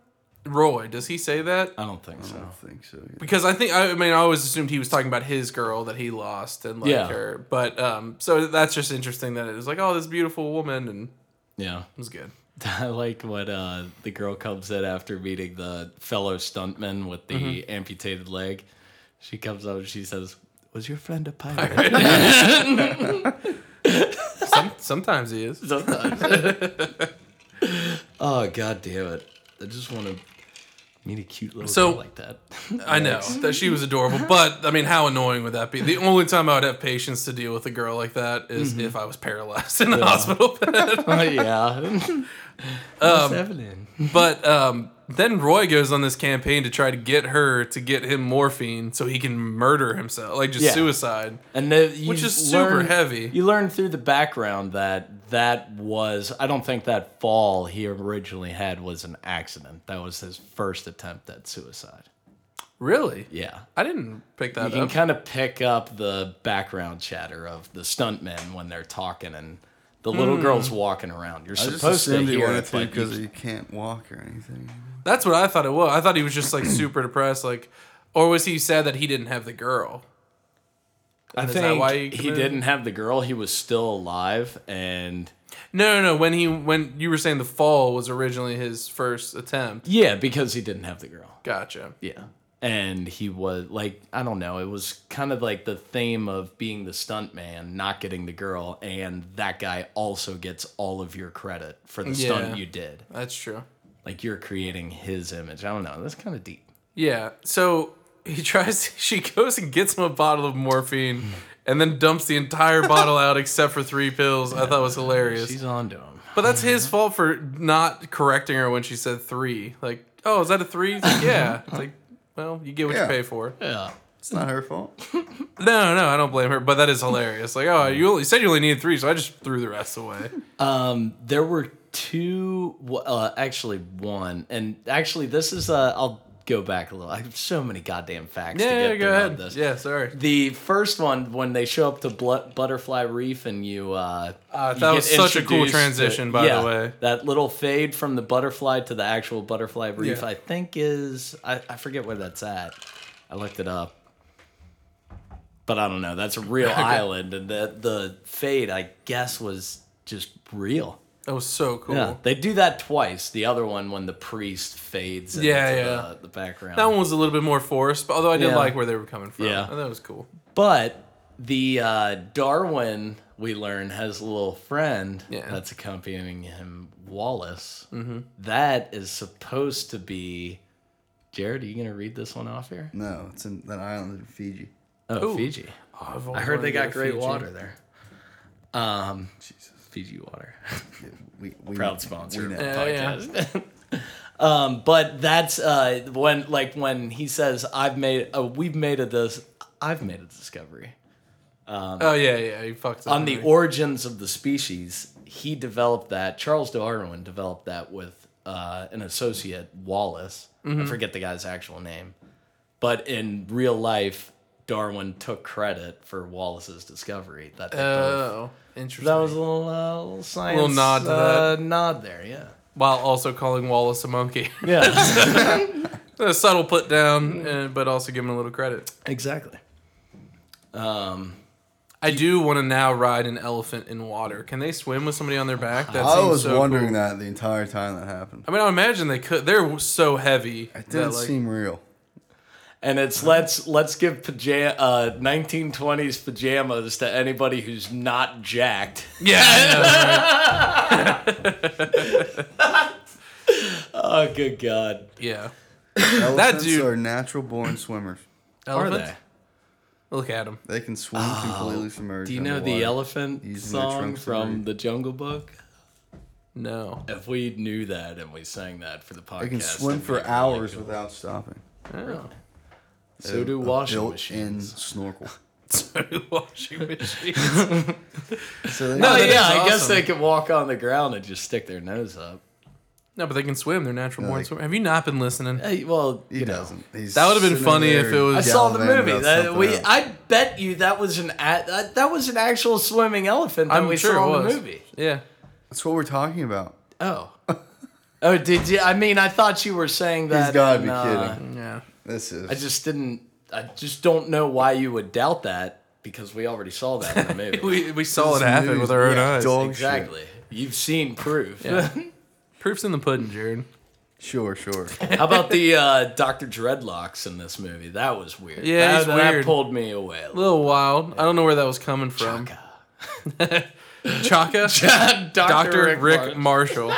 Speaker 1: Roy does he say that?
Speaker 2: i don't think
Speaker 3: I
Speaker 2: so
Speaker 3: don't think so.
Speaker 1: Because I think I mean I always assumed he was talking about his girl that he lost and like
Speaker 2: Yeah.
Speaker 1: her, but um, so that's just interesting that it was like oh this beautiful woman and
Speaker 2: yeah (laughs)
Speaker 1: it was good.
Speaker 2: I like what uh, the girl comes in after meeting the fellow stuntman with the
Speaker 1: Mm-hmm.
Speaker 2: amputated leg. She comes up and she says, "Was your friend a pirate?"
Speaker 1: Some, sometimes he is.
Speaker 2: Sometimes. oh god damn it! I just want to meet a cute little
Speaker 1: So-
Speaker 2: girl like that.
Speaker 1: I know that she was adorable, but I mean, how annoying would that be? The only time I would have patience to deal with a girl like that is if I was paralyzed in the hospital bed.
Speaker 2: (laughs) oh (laughs) yeah. Um, What's happening?
Speaker 1: but um, then Roy goes on this campaign to try to get her to get him morphine so he can murder himself, like just
Speaker 2: Yeah.
Speaker 1: suicide.
Speaker 2: And the, you
Speaker 1: Which is super
Speaker 2: learn-
Speaker 1: heavy.
Speaker 2: You learn through the background that that was, I don't think that fall he originally had was an accident. That was his first attempt at suicide.
Speaker 1: Really?
Speaker 2: Yeah.
Speaker 1: I didn't pick
Speaker 2: You
Speaker 1: that
Speaker 2: can
Speaker 1: up.
Speaker 2: kind of pick up the background chatter of the stuntmen when they're talking and the little girl's walking around. You're
Speaker 3: Hmm. I just
Speaker 2: supposed to
Speaker 3: assumed he
Speaker 2: hear
Speaker 3: wanted
Speaker 2: it,
Speaker 3: to
Speaker 2: but you-
Speaker 3: because he can't walk or anything.
Speaker 1: That's what I thought it was. I thought he was just like (clears throat) super depressed, like, or was he sad that he didn't have the girl?
Speaker 2: I
Speaker 1: is
Speaker 2: think
Speaker 1: that why he
Speaker 2: he
Speaker 1: committed?
Speaker 2: didn't have the girl. He was still alive, and
Speaker 1: No, no, no. When he when you were saying the fall was originally his first attempt.
Speaker 2: yeah, because he didn't have the girl.
Speaker 1: Gotcha.
Speaker 2: Yeah. And he was like, I don't know, it was kind of like the theme of being the stunt man, not getting the girl, and that guy also gets all of your credit for the
Speaker 1: Yeah.
Speaker 2: stunt you did.
Speaker 1: That's true.
Speaker 2: Like you're creating his image. I don't know. That's kind of deep.
Speaker 1: Yeah. So he (laughs) tries. She goes and gets him a bottle of morphine, and then dumps the entire bottle out except for three pills. I thought was hilarious.
Speaker 2: She's on to him.
Speaker 1: But that's his fault for not correcting her when she said three. Like, oh, is that a three? He's like, yeah. It's like, well, you get what
Speaker 3: Yeah.
Speaker 1: you pay for.
Speaker 2: Yeah.
Speaker 3: It's not her fault.
Speaker 1: No, no, I don't blame her. But that is hilarious. Like, oh, you only said you only needed three, so I just threw the rest away.
Speaker 2: Um, there were two, well, uh, actually one, and actually this is, uh, I'll go back a little. I have so many goddamn facts to
Speaker 1: Yeah,
Speaker 2: get
Speaker 1: yeah go
Speaker 2: through on
Speaker 1: ahead.
Speaker 2: this.
Speaker 1: Yeah, sorry.
Speaker 2: The first one, when they show up to Blu- Butterfly Reef and you, uh,
Speaker 1: Uh, that
Speaker 2: you get
Speaker 1: was such a cool
Speaker 2: introduced to-
Speaker 1: transition, by
Speaker 2: yeah,
Speaker 1: the way.
Speaker 2: That little fade from the butterfly to the actual Butterfly Reef,
Speaker 1: Yeah.
Speaker 2: I think is I, I forget where that's at. I looked it up, but I don't know. That's
Speaker 1: (laughs)
Speaker 2: a real island, and the the fade, I guess, was just real.
Speaker 1: That was so cool.
Speaker 2: Yeah, they do that twice. The other one when the priest fades. Into
Speaker 1: Yeah,
Speaker 2: the-
Speaker 1: yeah.
Speaker 2: The, background.
Speaker 1: That one was a little bit more forced, but although I did
Speaker 2: Yeah.
Speaker 1: like where they were coming from.
Speaker 2: Yeah.
Speaker 1: And that was cool.
Speaker 2: But the uh, Darwin, we learn, has a little friend
Speaker 1: Yeah.
Speaker 2: that's accompanying him, Wallace. Mm-hmm. is supposed to be. Jared, are you going to read this one off here?
Speaker 3: No, it's in that island in Fiji.
Speaker 2: Oh, Fiji. I heard they got great water there. Um,
Speaker 3: Jesus.
Speaker 2: Fiji water.
Speaker 3: We, we,
Speaker 2: Proud sponsor
Speaker 3: we
Speaker 2: of
Speaker 3: know.
Speaker 2: the
Speaker 1: Yeah, Oh, yeah.
Speaker 2: podcast. (laughs) um, but that's uh, when, like, when he says, "I've made, uh, we've made a this, I've made a discovery."
Speaker 1: Oh yeah, yeah. He fucked up. Oh,
Speaker 2: on the
Speaker 1: didn't he?
Speaker 2: origins of the species, he developed that. Charles Darwin developed that with uh, an associate, Wallace.
Speaker 1: Mm-hmm.
Speaker 2: I forget the guy's actual name, but in real life, Darwin took credit for Wallace's discovery. That they both-
Speaker 1: Oh, interesting.
Speaker 2: that was a little, uh, little science
Speaker 1: Little nod to
Speaker 2: uh, nod there, yeah,
Speaker 1: While also calling Wallace a monkey, (laughs)
Speaker 2: (laughs) yeah,
Speaker 1: a subtle put down,
Speaker 2: Mm.
Speaker 1: uh, but also give him a little credit.
Speaker 2: exactly. Um,
Speaker 1: I do want to now ride an elephant in water. Can they swim with somebody on their back? That
Speaker 3: I
Speaker 1: seems
Speaker 3: was
Speaker 1: so
Speaker 3: wondering
Speaker 1: cool.
Speaker 3: that the entire time that happened.
Speaker 1: I mean, I imagine they could. They're so heavy.
Speaker 3: It
Speaker 1: that,
Speaker 3: didn't
Speaker 1: like-
Speaker 3: seem
Speaker 1: (laughs)
Speaker 3: real.
Speaker 2: And it's let's let's give pajama uh, 1920s pajamas to anybody who's not jacked. (laughs)
Speaker 1: Yeah. I know,
Speaker 3: (laughs)
Speaker 1: right?
Speaker 2: Oh, good God.
Speaker 1: yeah.
Speaker 3: Elephants
Speaker 1: dude-
Speaker 3: are natural born swimmers.
Speaker 1: Elephants? Look at him.
Speaker 3: They can swim completely submerged.
Speaker 2: Oh, Do you know the
Speaker 3: underwater.
Speaker 2: elephant
Speaker 3: Using their
Speaker 2: song
Speaker 3: trunks to
Speaker 2: from
Speaker 3: breathe.
Speaker 2: the Jungle Book?
Speaker 1: No.
Speaker 2: If we knew that and we sang that for the podcast,
Speaker 3: They can swim
Speaker 2: it'd be
Speaker 3: for
Speaker 2: really
Speaker 3: hours
Speaker 2: cool.
Speaker 3: without stopping.
Speaker 1: Oh.
Speaker 2: So do
Speaker 3: A
Speaker 2: washing
Speaker 3: built-in
Speaker 2: machines.
Speaker 1: (laughs)
Speaker 3: snorkel.
Speaker 1: (laughs) So do
Speaker 2: (laughs)
Speaker 1: washing machines.
Speaker 3: So they,
Speaker 2: Oh
Speaker 1: No, that
Speaker 2: yeah,
Speaker 1: is
Speaker 2: I guess
Speaker 1: awesome.
Speaker 2: they could walk on the ground and just stick their nose up.
Speaker 1: No, but they can swim. They're natural born
Speaker 3: they-
Speaker 1: swimmers. Have you not been listening?
Speaker 2: Hey, well,
Speaker 3: he
Speaker 2: you know.
Speaker 3: doesn't. He's
Speaker 1: That would've been
Speaker 3: sitting
Speaker 1: funny
Speaker 3: there
Speaker 1: if it was-
Speaker 2: I saw the
Speaker 3: gallivanting
Speaker 2: movie.
Speaker 3: about
Speaker 2: That
Speaker 3: something
Speaker 2: we,
Speaker 3: else.
Speaker 2: I bet you that was an a- that, that was an actual swimming elephant that we saw in the movie.
Speaker 1: Yeah.
Speaker 3: That's what we're talking about.
Speaker 2: Oh, oh, did you? I mean, I thought you were saying that.
Speaker 3: He's gotta
Speaker 2: in,
Speaker 3: be
Speaker 2: uh,
Speaker 3: kidding.
Speaker 1: Yeah.
Speaker 3: This is.
Speaker 2: I just didn't. I just don't know why you would doubt that because we already saw
Speaker 1: (laughs)
Speaker 2: that in the movie.
Speaker 1: (laughs) We, we saw
Speaker 3: This
Speaker 1: it
Speaker 3: is
Speaker 1: happen
Speaker 3: news.
Speaker 1: with our own
Speaker 3: Yeah,
Speaker 1: eyes.
Speaker 3: dog shit.
Speaker 2: exactly. You've seen proof.
Speaker 1: Yeah. Proof's in the pudding, Jared.
Speaker 3: Sure,
Speaker 1: (laughs)
Speaker 3: sure.
Speaker 2: (laughs) How about the uh, Doctor Dreadlocks in this movie? That was weird.
Speaker 1: Yeah,
Speaker 2: that,
Speaker 1: he's
Speaker 2: that
Speaker 1: weird.
Speaker 2: pulled me away. a
Speaker 1: A
Speaker 2: little.
Speaker 1: little wild. I don't know where that was coming from.
Speaker 2: (laughs)
Speaker 1: Chaka. Dr. Rick, Marshall. (laughs)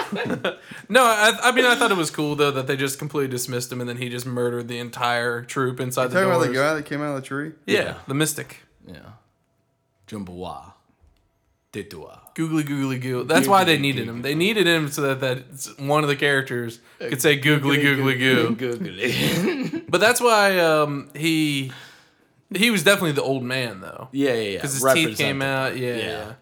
Speaker 1: no, I, I mean, I thought it was cool, though, that they just completely dismissed him and then he just murdered the entire troop inside the
Speaker 3: Talking about
Speaker 1: doors.
Speaker 3: the guy that came out of the tree.
Speaker 1: Yeah, the mystic.
Speaker 2: yeah, Jumbawa, Ditua.
Speaker 1: Googly googly goo. That's why they needed him. They needed him so that, that one of the characters could say googly googly goo.
Speaker 2: Googly.
Speaker 1: But that's why um, he he was definitely the old man though,
Speaker 2: (laughs) yeah,
Speaker 1: (laughs)
Speaker 2: yeah, yeah.
Speaker 1: because his teeth
Speaker 2: Represent
Speaker 1: came
Speaker 2: it.
Speaker 1: out. Yeah, Um,
Speaker 2: Yeah.
Speaker 1: yeah.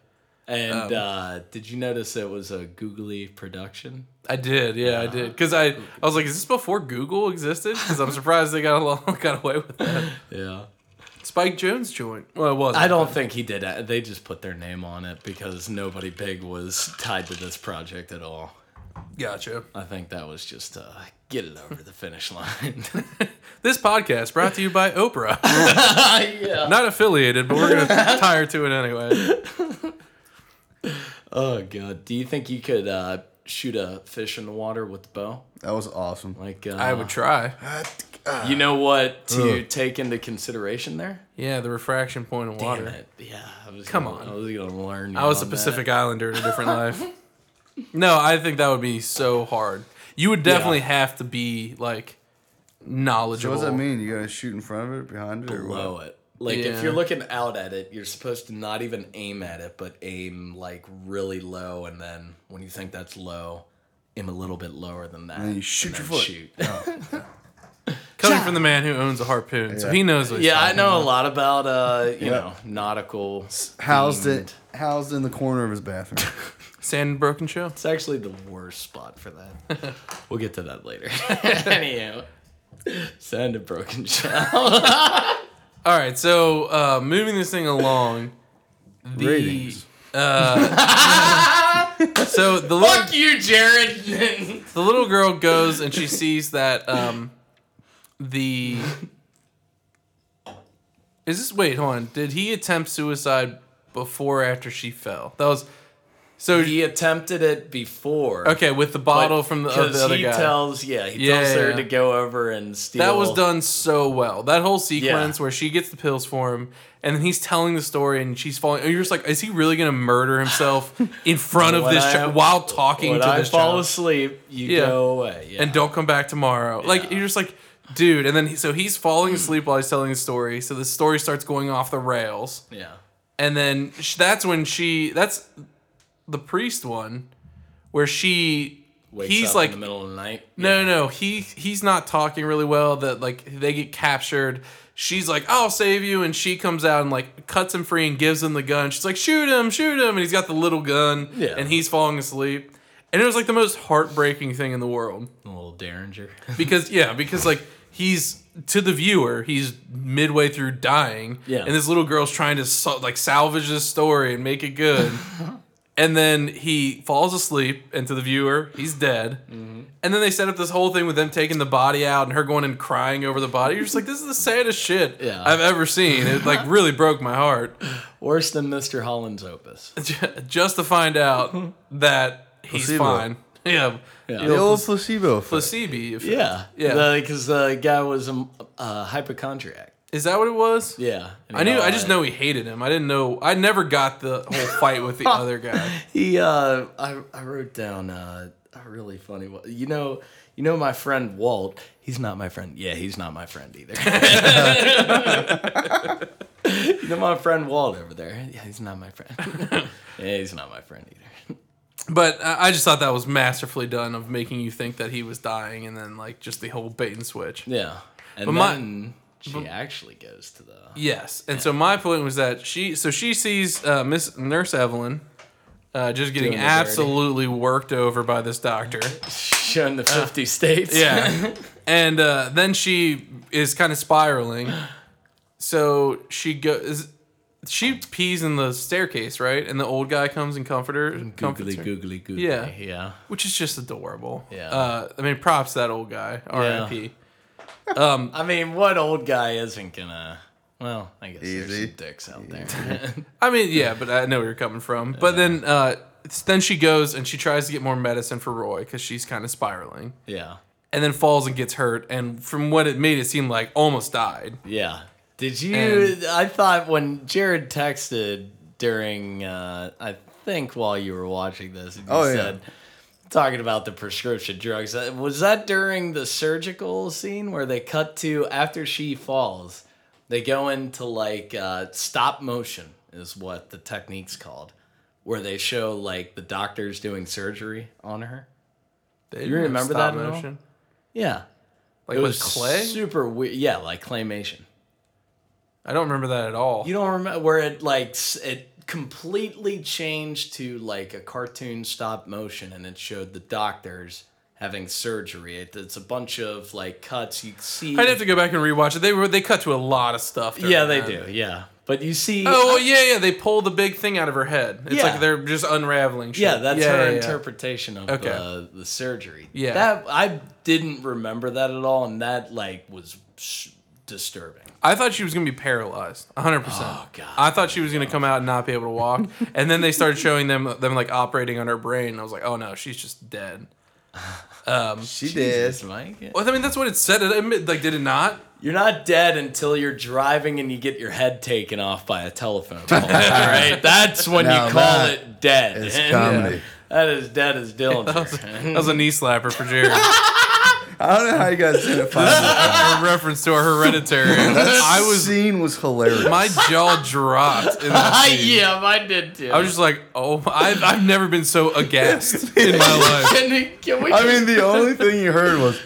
Speaker 2: And uh, did you notice it was a googly production?
Speaker 1: I did. Yeah, I did. Because I I was like, is this before Google existed? Because I'm surprised they got along, (laughs) got away with that.
Speaker 2: Yeah.
Speaker 1: Spike Jones joint. Well, it was.
Speaker 2: I don't think he did. it. They just put their name on it because nobody big was tied to this project at all.
Speaker 1: Gotcha. (laughs)
Speaker 2: I think that was just uh, get it over the finish
Speaker 1: (laughs)
Speaker 2: (laughs) line.
Speaker 1: This podcast brought to you by Oprah. (laughs)
Speaker 2: yeah.
Speaker 1: Not affiliated, but we're
Speaker 2: (laughs)
Speaker 1: gonna tie her to it anyway.
Speaker 2: Oh god. Do you think you could uh, shoot a fish in the water with the bow?
Speaker 3: That was awesome.
Speaker 2: Like uh,
Speaker 1: I would try.
Speaker 2: You know what to
Speaker 3: Ugh.
Speaker 2: take into consideration there?
Speaker 1: Yeah, the refraction point of water.
Speaker 2: Damn it. Yeah. I was
Speaker 1: Come
Speaker 2: gonna-
Speaker 1: on.
Speaker 2: I was gonna learn. you
Speaker 1: I was
Speaker 2: on
Speaker 1: a
Speaker 2: that.
Speaker 1: Pacific Islander in a
Speaker 2: (laughs)
Speaker 1: different life. No, I think that would be so hard. You would definitely have to be like
Speaker 3: So
Speaker 1: knowledgeable.
Speaker 3: what does that mean? You gotta shoot in front of it, behind it, or what?
Speaker 2: Below it. Like
Speaker 1: Yeah.
Speaker 2: if you're looking out at it, you're supposed to not even aim at it, but aim like really low, and then when you think that's low, aim a little bit lower than that.
Speaker 3: then you
Speaker 2: and
Speaker 3: shoot your
Speaker 2: then
Speaker 3: foot.
Speaker 2: shoot. (laughs)
Speaker 1: Coming from the man who owns a harpoon, so
Speaker 3: Yeah.
Speaker 1: he knows. What he's
Speaker 2: yeah, I
Speaker 1: talking
Speaker 2: know a lot about uh, you
Speaker 3: Yeah.
Speaker 2: know nautical.
Speaker 3: Housed
Speaker 2: themed-
Speaker 3: it, housed in the corner of his bathroom.
Speaker 1: about. Sand and broken shell.
Speaker 2: It's actually the worst spot for that. we'll get to that later. Anyhow, send a broken (laughs) shell.
Speaker 1: All right, so uh, moving this thing along. The,
Speaker 3: Ratings.
Speaker 1: Uh, so the little,
Speaker 2: Fuck you, Jared.
Speaker 1: the little girl goes and she sees that um, the is this wait hold on did he attempt suicide before or after she fell that was so
Speaker 2: he attempted it before.
Speaker 1: okay with the bottle from the, of
Speaker 2: because
Speaker 1: the other
Speaker 2: he
Speaker 1: guy
Speaker 2: tells yeah he
Speaker 1: Yeah,
Speaker 2: tells her
Speaker 1: yeah.
Speaker 2: to go over and steal.
Speaker 1: That was done so well. That whole sequence where she gets the pills for him, and then he's telling the story, and she's falling. And you're just like, is he really gonna murder himself in
Speaker 2: (laughs)
Speaker 1: front of
Speaker 2: When
Speaker 1: this
Speaker 2: I-
Speaker 1: child while talking
Speaker 2: When
Speaker 1: to
Speaker 2: I
Speaker 1: this
Speaker 2: fall
Speaker 1: child?
Speaker 2: asleep, you
Speaker 1: Yeah.
Speaker 2: go away. Yeah.
Speaker 1: and don't come back tomorrow. Like you're just like, dude. And then he, so he's falling asleep while he's telling the story. So the story starts going off the rails,
Speaker 2: yeah.
Speaker 1: and then sh- that's when she that's the priest one, where she
Speaker 2: Wakes
Speaker 1: he's
Speaker 2: up
Speaker 1: like
Speaker 2: in the middle of the night.
Speaker 1: no, no, he he's not talking really well. That like they get captured. She's like, "I'll save you," and she comes out and like cuts him free and gives him the gun. She's like, "Shoot him, shoot him!" And he's got the little gun,
Speaker 2: Yeah.
Speaker 1: and he's falling asleep. And it was like the most heartbreaking thing in the world
Speaker 2: A little derringer. (laughs)
Speaker 1: because yeah, because like he's to the viewer, he's midway through dying,
Speaker 2: Yeah.
Speaker 1: and this little girl's trying to sal- like salvage this story and make it
Speaker 2: (laughs)
Speaker 1: good, and then he falls asleep, and to the viewer, he's dead,
Speaker 2: Mm-hmm.
Speaker 1: and then they set up this whole thing with them taking the body out and her going and crying over the body. You're just like, this is the saddest shit
Speaker 2: Yeah.
Speaker 1: I've ever seen. It
Speaker 2: (laughs)
Speaker 1: like really broke my heart
Speaker 2: Worse than Mr. Holland's opus.
Speaker 1: just to find out that he's
Speaker 3: Placebo.
Speaker 1: fine. (laughs) Yeah,
Speaker 2: Yeah.
Speaker 1: You
Speaker 3: the
Speaker 1: know,
Speaker 3: old placebo. effect.
Speaker 1: placebo. effect.
Speaker 2: Yeah.
Speaker 1: yeah.
Speaker 2: Because the guy was a, a hypochondriac.
Speaker 1: Is that what it was?
Speaker 2: Yeah. Uh, And
Speaker 1: I
Speaker 2: he
Speaker 1: knew.
Speaker 2: got,
Speaker 1: I just know he hated him. I didn't know. I never got the whole fight with
Speaker 2: (laughs)
Speaker 1: the other guy.
Speaker 2: He, uh, I, I wrote down uh, a really funny one. You know, you know my friend Walt. He's not my friend. Yeah, he's not my friend either. (laughs) you know my friend Walt over there. Yeah, he's not my friend. (laughs) yeah, he's not my friend either.
Speaker 1: But I I just thought that was masterfully done of making you think that he was dying, and then like just the whole bait and switch.
Speaker 2: Yeah. And
Speaker 1: But my-
Speaker 2: then she actually goes to the.
Speaker 1: Yes, and so my point was that she. So she sees uh, Miss Nurse Evelyn. Uh, just getting
Speaker 2: Doing the dirty.
Speaker 1: absolutely worked over by this
Speaker 2: (laughs)
Speaker 1: doctor.
Speaker 2: Shown the 50 states.
Speaker 1: Uh,
Speaker 2: (laughs)
Speaker 1: Yeah. and uh, then she is kind of spiraling. So she goes. She pees in the staircase, right? And the old guy comes and comfort her. comforts
Speaker 2: googly,
Speaker 1: her.
Speaker 2: googly, googly.
Speaker 1: Yeah.
Speaker 2: Yeah.
Speaker 1: which is just adorable.
Speaker 2: Yeah.
Speaker 1: Uh, I mean, props to that old guy. R.I.P.
Speaker 2: I mean, what old guy isn't gonna? Well, I guess there's
Speaker 3: Easy.
Speaker 2: some dicks out there. (laughs)
Speaker 1: I mean, yeah, but I know where you're coming from. But then uh, then she goes and she tries to get more medicine for Roy because she's kind of spiraling,
Speaker 2: Yeah.
Speaker 1: and then falls and gets hurt. And from what it made it seem like, almost died.
Speaker 2: Yeah. Did you?
Speaker 1: And-
Speaker 2: I thought when Jared texted during, uh, I think while you were watching this, and you
Speaker 3: Oh, yeah.
Speaker 2: said, talking about the prescription drugs, uh, was that during the surgical scene where they cut to after she falls? They go into like uh, stop motion, is what the technique's called, where they show like the doctors doing surgery on her.
Speaker 1: They
Speaker 2: You
Speaker 1: didn't
Speaker 2: remember
Speaker 1: stop
Speaker 2: that at all? Yeah.
Speaker 1: Like with clay?
Speaker 2: super weird. Yeah, like claymation.
Speaker 1: I don't remember that at all.
Speaker 2: You don't remember where it like s- it completely changed to like a cartoon stop motion, and it showed the doctors having surgery. It, it's a bunch of like cuts. You see,
Speaker 1: I'd have to go back and rewatch it. They were they cut to a lot of stuff. during
Speaker 2: yeah, they
Speaker 1: that.
Speaker 2: do. Yeah, but you see,
Speaker 1: Oh well, yeah, yeah. They pull the big thing out of her head. It's
Speaker 2: Yeah.
Speaker 1: like they're just unraveling. Shit.
Speaker 2: yeah, that's her
Speaker 1: yeah.
Speaker 2: interpretation of
Speaker 1: Okay.
Speaker 2: the, the surgery.
Speaker 1: Yeah.
Speaker 2: that I didn't remember that at all, and that like was sh- disturbing.
Speaker 1: I thought she was gonna be paralyzed, 100. percent
Speaker 2: Oh, God.
Speaker 1: I thought she was gonna come out and not be able to
Speaker 2: (laughs)
Speaker 1: walk, and then they started showing them them like operating on her brain. And I was like, oh no, she's just dead.
Speaker 3: She did.
Speaker 2: Jesus, Mike.
Speaker 1: Well, I mean, that's what it said. It admit- like, did it not?
Speaker 2: You're not dead until you're driving and you get your head taken off by a telephone
Speaker 3: (laughs)
Speaker 2: pole. all right, that's when
Speaker 3: Now
Speaker 2: you call
Speaker 3: that
Speaker 2: it dead. (laughs)
Speaker 3: is
Speaker 2: And
Speaker 3: comedy.
Speaker 2: That is dead as
Speaker 1: That
Speaker 2: Dillinger.
Speaker 1: was a knee slapper for
Speaker 2: (laughs)
Speaker 1: Jared.
Speaker 3: I don't know how you guys didn't find
Speaker 1: (laughs) a
Speaker 3: it.
Speaker 1: reference to our hereditary. I was
Speaker 3: scene was hilarious.
Speaker 1: my jaw dropped. In
Speaker 2: (laughs)
Speaker 1: that scene.
Speaker 2: yeah, mine did too.
Speaker 1: I was just like, oh, I've, I've never been so
Speaker 2: (laughs)
Speaker 1: aghast in my life.
Speaker 2: can we, can we
Speaker 3: I mean, the only thing you heard was.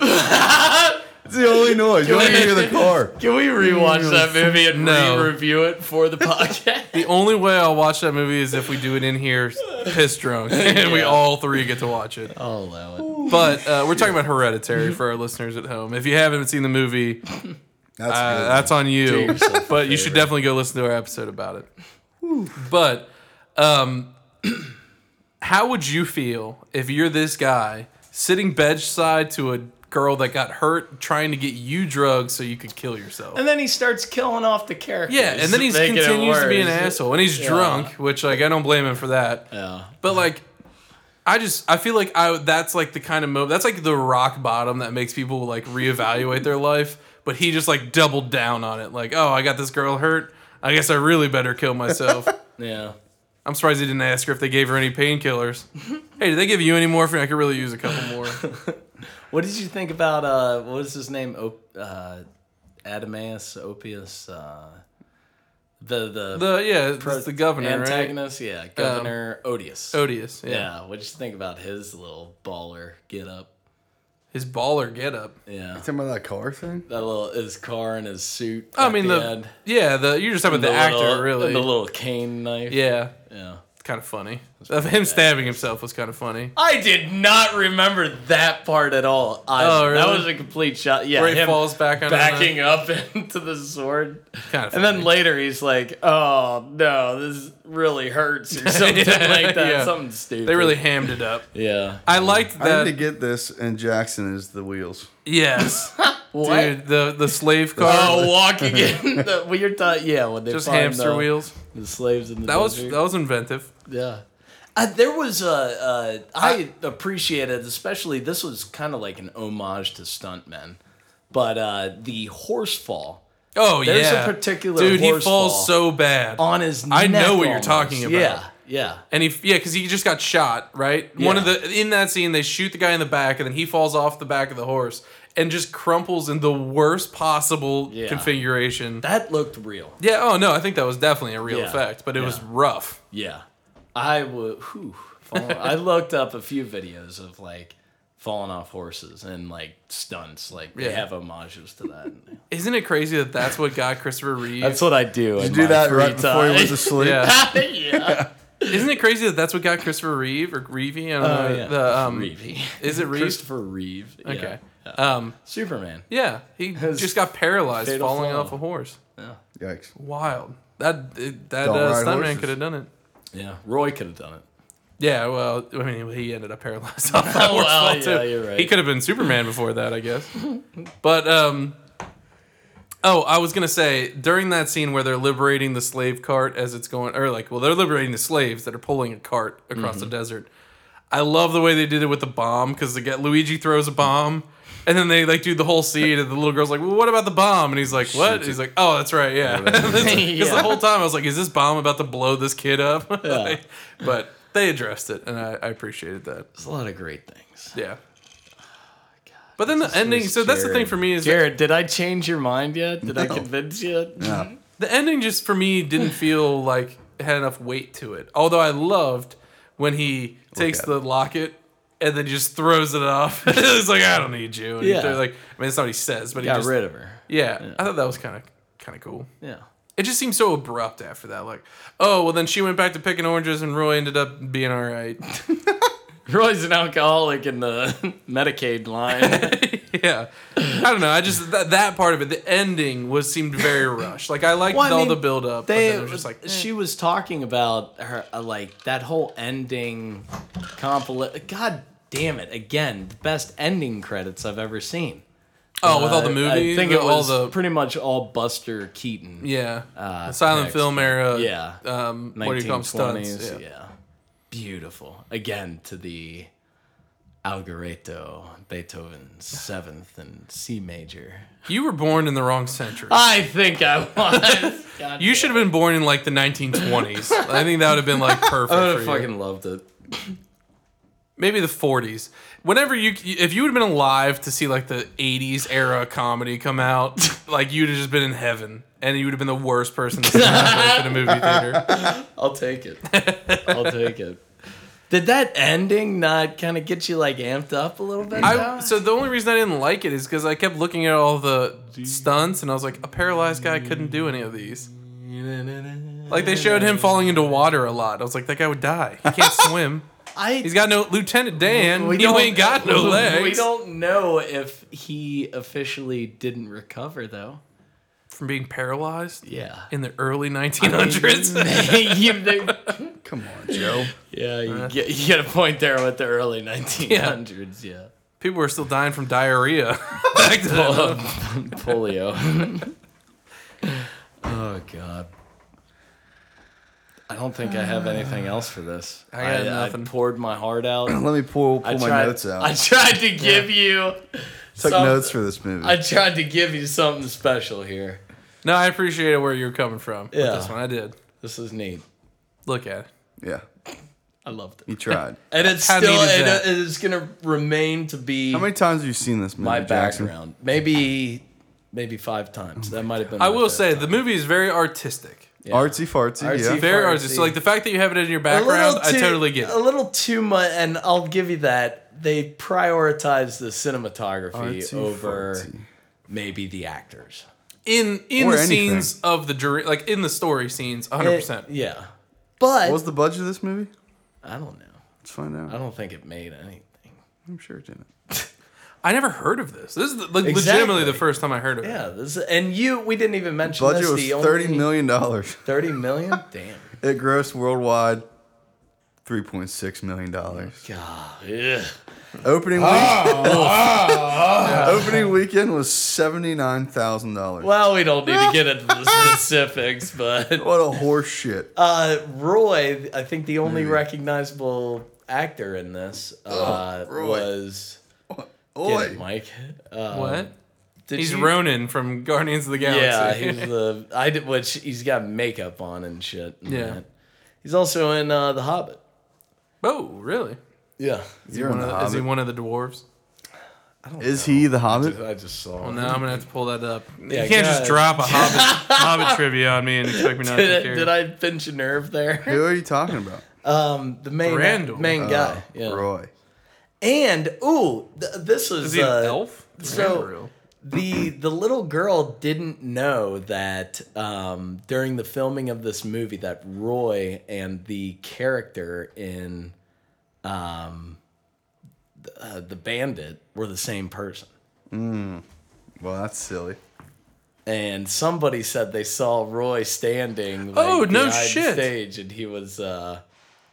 Speaker 3: it's the only noise. You don't even hear the car.
Speaker 2: can we rewatch that movie and
Speaker 1: No.
Speaker 2: re-review it for (laughs) the podcast?
Speaker 1: The only way I'll watch that movie is if we do it in here, piss drunk, (laughs) and we
Speaker 2: Yeah.
Speaker 1: all three get to watch it.
Speaker 2: I'll allow it.
Speaker 1: But uh, we're talking about Hereditary for our listeners at home. If you haven't seen the movie,
Speaker 3: That's
Speaker 1: uh,
Speaker 3: good.
Speaker 1: that's on
Speaker 2: Do
Speaker 1: you.
Speaker 2: yourself
Speaker 1: (laughs)
Speaker 2: a
Speaker 1: But you should
Speaker 2: favor.
Speaker 1: definitely go listen to our episode about it. But um, (clears throat) how would you feel if you're this guy sitting bedside to a girl that got hurt trying to get you drugs so you could kill yourself?
Speaker 2: And then he starts killing off the characters.
Speaker 1: Yeah, and then he
Speaker 2: making it
Speaker 1: continues to be an
Speaker 2: worse.
Speaker 1: asshole, and he's
Speaker 2: Yeah.
Speaker 1: drunk, which like I don't blame him for that.
Speaker 2: Yeah.
Speaker 1: But like, I just I feel like I that's like the kind of move that's like the rock bottom that makes people like reevaluate their life. But he just like doubled down on it, like, oh, I got this girl hurt. I guess I really better kill myself.
Speaker 2: Yeah.
Speaker 1: I'm surprised he didn't ask her if they gave her any painkillers. Hey, did they give you any morphine? I could really use a couple more.
Speaker 2: What did you think about uh what is his name? Op- uh Adamas Opius uh the the,
Speaker 1: The yeah, it's
Speaker 2: pro-
Speaker 1: the governor, right? Um,
Speaker 2: antagonist, yeah, Governor Odious.
Speaker 1: Odious, yeah.
Speaker 2: yeah. what did you think about his little baller get up?
Speaker 1: His baller getup.
Speaker 2: Yeah.
Speaker 3: Tell me about that car thing?
Speaker 2: That little his car and his suit.
Speaker 1: I
Speaker 2: at
Speaker 1: mean the,
Speaker 2: end,
Speaker 1: yeah the you're just talking about the, actor
Speaker 2: little-
Speaker 1: really
Speaker 2: The little cane knife.
Speaker 1: yeah
Speaker 2: yeah.
Speaker 1: kind of funny. Of him stabbing himself was kind of funny.
Speaker 2: I did not remember that part at all. I,
Speaker 1: Oh,
Speaker 2: That
Speaker 1: really?
Speaker 2: was a complete shot. Yeah,
Speaker 1: Where he
Speaker 2: him
Speaker 1: falls back on
Speaker 2: backing up (laughs) into the sword.
Speaker 1: kind of,
Speaker 2: And then later he's like, "Oh no, this really
Speaker 1: (laughs)
Speaker 2: hurts," or something like that.
Speaker 1: Yeah.
Speaker 2: Something stupid.
Speaker 1: they really hammed it up.
Speaker 2: yeah.
Speaker 1: I liked
Speaker 3: I
Speaker 1: that.
Speaker 3: need to get this, and Jackson is the wheels.
Speaker 1: yes,
Speaker 2: (laughs) What?
Speaker 1: dude, the the slave (laughs) car,
Speaker 2: Oh, walking in. (laughs) The, well, you're ta- yeah. When they
Speaker 1: just
Speaker 2: find
Speaker 1: hamster
Speaker 2: the,
Speaker 1: wheels.
Speaker 2: the slaves in the
Speaker 1: That was
Speaker 2: desert.
Speaker 1: that was inventive.
Speaker 2: yeah. Uh, there was a uh, I appreciated especially this was kind of like an homage to stuntmen, but uh, the horse fall
Speaker 1: Oh
Speaker 2: There's
Speaker 1: yeah,
Speaker 2: a particular
Speaker 1: dude. He
Speaker 2: horse
Speaker 1: falls
Speaker 2: fall.
Speaker 1: so bad,
Speaker 2: on his.
Speaker 1: I know
Speaker 2: neck
Speaker 1: what you're
Speaker 2: almost.
Speaker 1: talking about.
Speaker 2: Yeah, yeah.
Speaker 1: and he yeah, because he just got shot. Right, one of
Speaker 2: Yeah.
Speaker 1: the in that scene they shoot the guy in the back, and then he falls off the back of the horse and just crumples in the worst possible
Speaker 2: Yeah.
Speaker 1: configuration.
Speaker 2: That looked real.
Speaker 1: Yeah. Oh no, I think that was definitely a real
Speaker 2: Yeah.
Speaker 1: effect, but it was
Speaker 2: Yeah.
Speaker 1: rough.
Speaker 2: Yeah. I would. Whew, fall, (laughs) I looked up a few videos of like falling off horses and like stunts. Like they
Speaker 1: Yeah.
Speaker 2: have homages to that.
Speaker 1: Isn't it crazy that that's what got Christopher Reeve?
Speaker 2: (laughs) That's what I do.
Speaker 3: Did you do that right before he
Speaker 2: (laughs)
Speaker 3: went to sleep?
Speaker 1: yeah.
Speaker 2: yeah.
Speaker 1: Isn't it crazy that that's what got Christopher Reeve or Reeve? I don't
Speaker 2: (laughs) Oh,
Speaker 1: know.
Speaker 2: yeah.
Speaker 1: The um,
Speaker 2: Reeve.
Speaker 1: is
Speaker 2: (laughs)
Speaker 1: it Reeve?
Speaker 2: Christopher Reeve. Yeah.
Speaker 1: Okay.
Speaker 2: Yeah.
Speaker 1: Um,
Speaker 2: Superman.
Speaker 1: yeah, he
Speaker 2: His
Speaker 1: just got paralyzed
Speaker 2: fatal
Speaker 1: falling
Speaker 2: fall.
Speaker 1: off a horse.
Speaker 3: Yikes.
Speaker 1: Wild. That it, that
Speaker 3: Don't
Speaker 1: uh,
Speaker 3: ride
Speaker 1: stuntman
Speaker 3: horses.
Speaker 1: could have done it.
Speaker 2: Yeah. Roy could have done it.
Speaker 1: Yeah, well, I mean, he ended up paralyzed (laughs) off that
Speaker 2: Oh,
Speaker 1: horse
Speaker 2: well,
Speaker 1: fall,
Speaker 2: yeah,
Speaker 1: too.
Speaker 2: you're right.
Speaker 1: He could have been Superman before that, I guess. But um, Oh, I was gonna say during that scene where they're liberating the slave cart as it's going, or like, well, they're liberating the slaves that are pulling a cart across
Speaker 2: Mm-hmm.
Speaker 1: the desert. I love the way they did it with the bomb because they get Luigi throws a bomb, and then they like do the whole scene, and the little girl's like, "Well, what about the bomb?" And he's like, "What?" And he's like, "Oh, that's right, yeah." (laughs) Because the
Speaker 2: (laughs) Yeah.
Speaker 1: whole time I was like, "Is this bomb about to blow this kid up?" (laughs) Like, but they addressed it, and I, I appreciated that.
Speaker 2: There's a lot of great things.
Speaker 1: Yeah. But then the ending. So that's the thing for me is that-
Speaker 2: Jared, did I change your mind yet? Did I
Speaker 3: No.
Speaker 2: convince you?
Speaker 3: Yeah.
Speaker 1: the ending just for me didn't feel like it had enough weight to it. Although I loved when he takes
Speaker 3: at
Speaker 1: the locket and then just throws it off. (laughs) it's like I don't need you. And he
Speaker 2: Yeah.
Speaker 1: throws- like I mean, it's not what he says, but he
Speaker 2: Got
Speaker 1: just,
Speaker 2: rid of her.
Speaker 1: yeah, I thought that was kind of kind of cool.
Speaker 2: Yeah.
Speaker 1: It just seemed so abrupt after that. Like, oh well, then she went back to picking oranges, and Roy ended up being all right.
Speaker 2: Roy's an alcoholic in the (laughs) Medicaid line.
Speaker 1: (laughs) yeah, I don't know. I just that, that part of it, the ending was seemed very rushed. Like I liked
Speaker 2: Well, I
Speaker 1: all
Speaker 2: mean,
Speaker 1: the build up, but
Speaker 2: they
Speaker 1: then it was just like eh.
Speaker 2: she was talking about her uh, like that whole ending compil God damn it again the best ending credits I've ever seen.
Speaker 1: oh, with all the
Speaker 2: I-
Speaker 1: movies,
Speaker 2: I think it was
Speaker 1: all the
Speaker 2: pretty much all Buster Keaton.
Speaker 1: Yeah. Uh,
Speaker 2: Uh,
Speaker 1: silent
Speaker 2: next.
Speaker 1: film era.
Speaker 2: Yeah.
Speaker 1: Um, what do you call them?
Speaker 2: 1920s.
Speaker 1: Stunts.
Speaker 2: yeah.
Speaker 1: Yeah.
Speaker 2: Beautiful. Again to the Algoretto, Beethoven seventh and C major.
Speaker 1: You were born in the wrong century.
Speaker 2: I think I (laughs) was.
Speaker 1: (laughs)
Speaker 2: God
Speaker 1: you
Speaker 2: damn.
Speaker 1: should have been born in like the 1920s. I think that would have been like perfect
Speaker 2: (laughs) I would
Speaker 1: for
Speaker 2: have
Speaker 1: you.
Speaker 2: fucking loved it.
Speaker 1: Maybe the 40s. Whenever you, if you would have been alive to see like the 80s era comedy come out, (laughs) like you'd have just been in heaven, and you would have been the worst person to see that in a movie theater.
Speaker 2: I'll take it. I'll take it. (laughs) Did that ending not kind of get you like amped up a little bit?
Speaker 1: I,
Speaker 2: now?
Speaker 1: so the only reason I didn't like it is because I kept looking at all the stunts, and I was like, a paralyzed guy couldn't do any of these. Like they showed him falling into water a lot. I was like, that guy would die. He
Speaker 2: (laughs)
Speaker 1: can't swim.
Speaker 2: I
Speaker 1: He's got no Lieutenant Dan.
Speaker 2: We
Speaker 1: he
Speaker 2: don't-
Speaker 1: ain't got no
Speaker 2: (laughs) we-
Speaker 1: legs.
Speaker 2: We don't know if he officially didn't recover though.
Speaker 1: From being paralyzed
Speaker 2: Yeah.
Speaker 1: (laughs) in the early 1900s.
Speaker 2: (laughs) You- Uh. they-
Speaker 3: Come on, Joe.
Speaker 2: yeah, you get, you get a point there with the early 1900s. Yeah.
Speaker 1: People were still dying from
Speaker 2: (laughs)
Speaker 1: diarrhea. Back then.
Speaker 3: (laughs)
Speaker 2: Um, polio. (laughs) oh God. I don't think I have anything else for this.
Speaker 1: I got nothing.
Speaker 2: poured my heart out.
Speaker 3: (clears throat) Let me pull
Speaker 2: I
Speaker 3: pull my
Speaker 2: tried-
Speaker 3: notes out.
Speaker 2: I tried to give you.
Speaker 3: Took
Speaker 2: some-
Speaker 3: notes for this movie.
Speaker 2: I tried to give you something special here.
Speaker 1: no, I appreciated where you were coming from. Yeah.
Speaker 2: Yeah.
Speaker 1: With this one I did.
Speaker 2: This is neat.
Speaker 1: Look at it.
Speaker 3: yeah,
Speaker 2: I loved it.
Speaker 3: you tried. (laughs)
Speaker 2: And it's
Speaker 1: How
Speaker 2: still
Speaker 1: neat is
Speaker 2: it,
Speaker 1: that?
Speaker 2: it is gonna remain to be
Speaker 3: How many times have you seen this movie,
Speaker 2: my
Speaker 3: Jackson?
Speaker 2: background. Maybe maybe five times. that might have been.
Speaker 1: I
Speaker 2: my
Speaker 1: will
Speaker 2: fifth
Speaker 1: say
Speaker 2: time.
Speaker 1: the movie is very artistic.
Speaker 3: Artsy fartsy.
Speaker 2: Artsy
Speaker 3: yeah.
Speaker 2: fartsy.
Speaker 1: Very
Speaker 2: Far
Speaker 1: artistic.
Speaker 2: see.
Speaker 1: So like the fact that you have it in your
Speaker 2: A little
Speaker 1: background, I
Speaker 2: too-
Speaker 1: totally get
Speaker 2: A
Speaker 1: it.
Speaker 2: little too much, and I'll give you that. They prioritize the cinematography
Speaker 3: Artsy
Speaker 2: over
Speaker 3: fartsy.
Speaker 2: maybe the actors.
Speaker 1: In in
Speaker 3: Or
Speaker 1: the
Speaker 3: anything.
Speaker 1: scenes of the jury, like in the story scenes, 100. percent
Speaker 2: It- yeah, but
Speaker 3: What was the budget of this movie?
Speaker 2: I don't know.
Speaker 3: Let's find out.
Speaker 2: I don't think it made anything.
Speaker 3: I'm sure it didn't.
Speaker 1: I never heard of this. This is the, like,
Speaker 2: Exactly.
Speaker 1: legitimately the first time I heard of it.
Speaker 2: Yeah, this and you. We didn't even mention
Speaker 3: Budget
Speaker 2: this.
Speaker 3: was
Speaker 2: the
Speaker 3: thirty
Speaker 2: only,
Speaker 3: million dollars. (laughs)
Speaker 2: Thirty million. Damn.
Speaker 3: It grossed worldwide three point six million dollars.
Speaker 2: Oh, God. Ugh.
Speaker 1: Ah.
Speaker 3: Opening week. (laughs) Opening weekend was seventy nine thousand dollars.
Speaker 2: Well, we don't need to get into
Speaker 3: (laughs)
Speaker 2: the specifics, but
Speaker 3: What a horse shit.
Speaker 2: uh, Roy, I think the
Speaker 3: Hmm.
Speaker 2: only recognizable actor in this uh,
Speaker 3: Oh, Roy.
Speaker 2: was get it,
Speaker 3: Oi.
Speaker 2: Mike. Uh,
Speaker 1: What?
Speaker 2: did
Speaker 1: He's
Speaker 2: you-
Speaker 1: Ronan from Guardians of the
Speaker 2: Yeah,
Speaker 1: Galaxy.
Speaker 2: he's the I did which he's got makeup on and shit. and
Speaker 1: Yeah.
Speaker 2: that. he's also in uh, The Hobbit.
Speaker 1: (laughs) oh, really?
Speaker 2: Yeah,
Speaker 3: You're
Speaker 1: One
Speaker 3: in
Speaker 1: of
Speaker 3: the
Speaker 1: the- is he
Speaker 3: Hobbit.
Speaker 1: one of the dwarves?
Speaker 3: Is he the Hobbit?
Speaker 2: I just saw.
Speaker 1: Well, now I'm gonna have to pull that up.
Speaker 2: Yeah,
Speaker 1: you can't just
Speaker 2: God.
Speaker 1: drop a
Speaker 2: (laughs)
Speaker 1: Hobbit, Hobbit trivia on me and expect me not to
Speaker 2: Did,
Speaker 1: care.
Speaker 2: I- did I pinch a nerve there?
Speaker 3: Who are you talking about?
Speaker 2: Um, the main
Speaker 1: Randall.
Speaker 2: main guy.
Speaker 3: Oh,
Speaker 2: Yeah.
Speaker 3: Roy.
Speaker 2: And ooh, th- this is,
Speaker 1: Is he an
Speaker 2: uh,
Speaker 1: elf?
Speaker 2: so-
Speaker 1: Randall.
Speaker 2: the the little girl didn't know that um, during the filming of this movie that Roy and the character in um, the, uh, the bandit were the same person.
Speaker 3: Well, that's silly.
Speaker 2: And somebody said they saw Roy standing.
Speaker 1: Oh, no
Speaker 2: behind
Speaker 1: shit.
Speaker 2: Stage, and he was uh,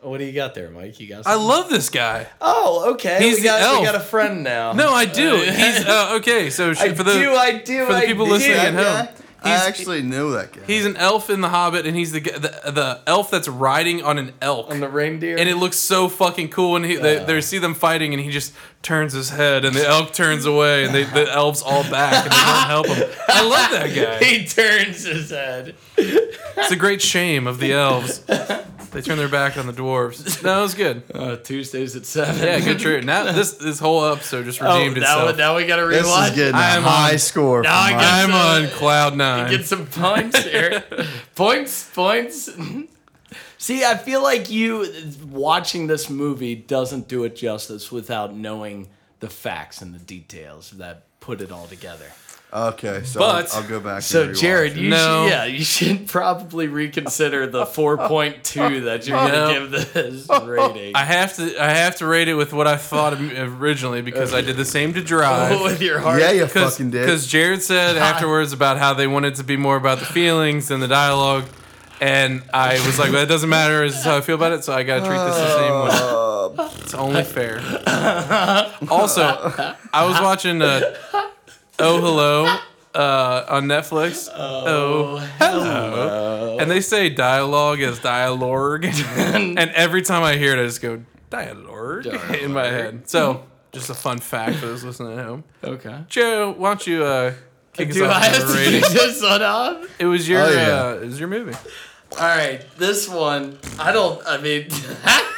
Speaker 2: What do you got there, Mike? You got?
Speaker 1: I
Speaker 2: something?
Speaker 1: love this guy.
Speaker 2: oh, okay.
Speaker 1: He's
Speaker 2: we,
Speaker 1: the
Speaker 2: got, we
Speaker 1: elf.
Speaker 2: got a friend now.
Speaker 1: No, I
Speaker 2: (laughs)
Speaker 1: do. He's uh, okay. So
Speaker 2: I
Speaker 1: sh- for the
Speaker 2: do. I do.
Speaker 1: for the
Speaker 2: I
Speaker 1: people
Speaker 2: do.
Speaker 1: listening at home,
Speaker 3: I
Speaker 1: he's-
Speaker 3: actually know that guy.
Speaker 1: He's an elf in The Hobbit, and he's the g- the, the elf that's riding on an elk,
Speaker 2: on the reindeer.
Speaker 1: and it looks so fucking cool. And he, they,
Speaker 2: Yeah.
Speaker 1: they see them fighting, and he just turns his head, and the elk turns away, and they, the elves all back, and they don't help him. I
Speaker 2: (laughs)
Speaker 1: love that guy.
Speaker 2: he turns his head.
Speaker 1: It's a great shame of the elves. They turn their back on the dwarves. No, it was good.
Speaker 2: Uh, Tuesdays at seven.
Speaker 1: Yeah, good trip. Now this this whole episode just
Speaker 2: (laughs) Oh,
Speaker 1: redeemed
Speaker 2: now,
Speaker 1: itself.
Speaker 2: now we gotta
Speaker 3: this
Speaker 2: rewatch.
Speaker 3: is getting a
Speaker 1: I am
Speaker 3: high
Speaker 1: on-
Speaker 3: score.
Speaker 2: Now I
Speaker 3: from
Speaker 2: guess-
Speaker 3: my,
Speaker 1: I'm on cloud nine.
Speaker 2: Get some points (laughs) here. points, points. See, I feel like you watching this movie doesn't do it justice without knowing the facts and the details that put it all together.
Speaker 3: okay, so
Speaker 1: But-
Speaker 3: I'll, I'll go back. and
Speaker 2: So
Speaker 3: rewatch
Speaker 2: Jared,
Speaker 3: it.
Speaker 2: you
Speaker 1: No.
Speaker 2: should, yeah, you should probably reconsider the 4.2 that you're
Speaker 1: No.
Speaker 2: going to give this rating.
Speaker 1: I have to I have to rate it with what I thought originally because I did the same to Drive.
Speaker 2: (laughs) with your heart.
Speaker 3: yeah, you
Speaker 1: Because
Speaker 3: fucking did.
Speaker 1: because Jared (laughs) said afterwards about how they wanted to be more about the feelings and the dialogue, and I was like, well, that doesn't matter. This is how I feel about it, so I gotta treat this the same way.
Speaker 3: Uh,
Speaker 1: It's only (laughs) fair. Also, I was watching uh, Oh Hello uh, on Netflix. Oh, hello. And they say dialogue is (laughs) dialogue, and every time I hear it, I just go dialogue (laughs) in my head. So, just a fun fact for those listening at home.
Speaker 2: Okay.
Speaker 1: Joe, why don't you uh, kick us
Speaker 2: Do I
Speaker 1: off
Speaker 2: have
Speaker 1: with
Speaker 2: to (laughs)
Speaker 1: a rating?
Speaker 2: take this one off?
Speaker 1: It was your
Speaker 3: Oh, yeah.
Speaker 1: uh, it was your movie.
Speaker 2: All right, this one. I don't. I mean, (laughs) I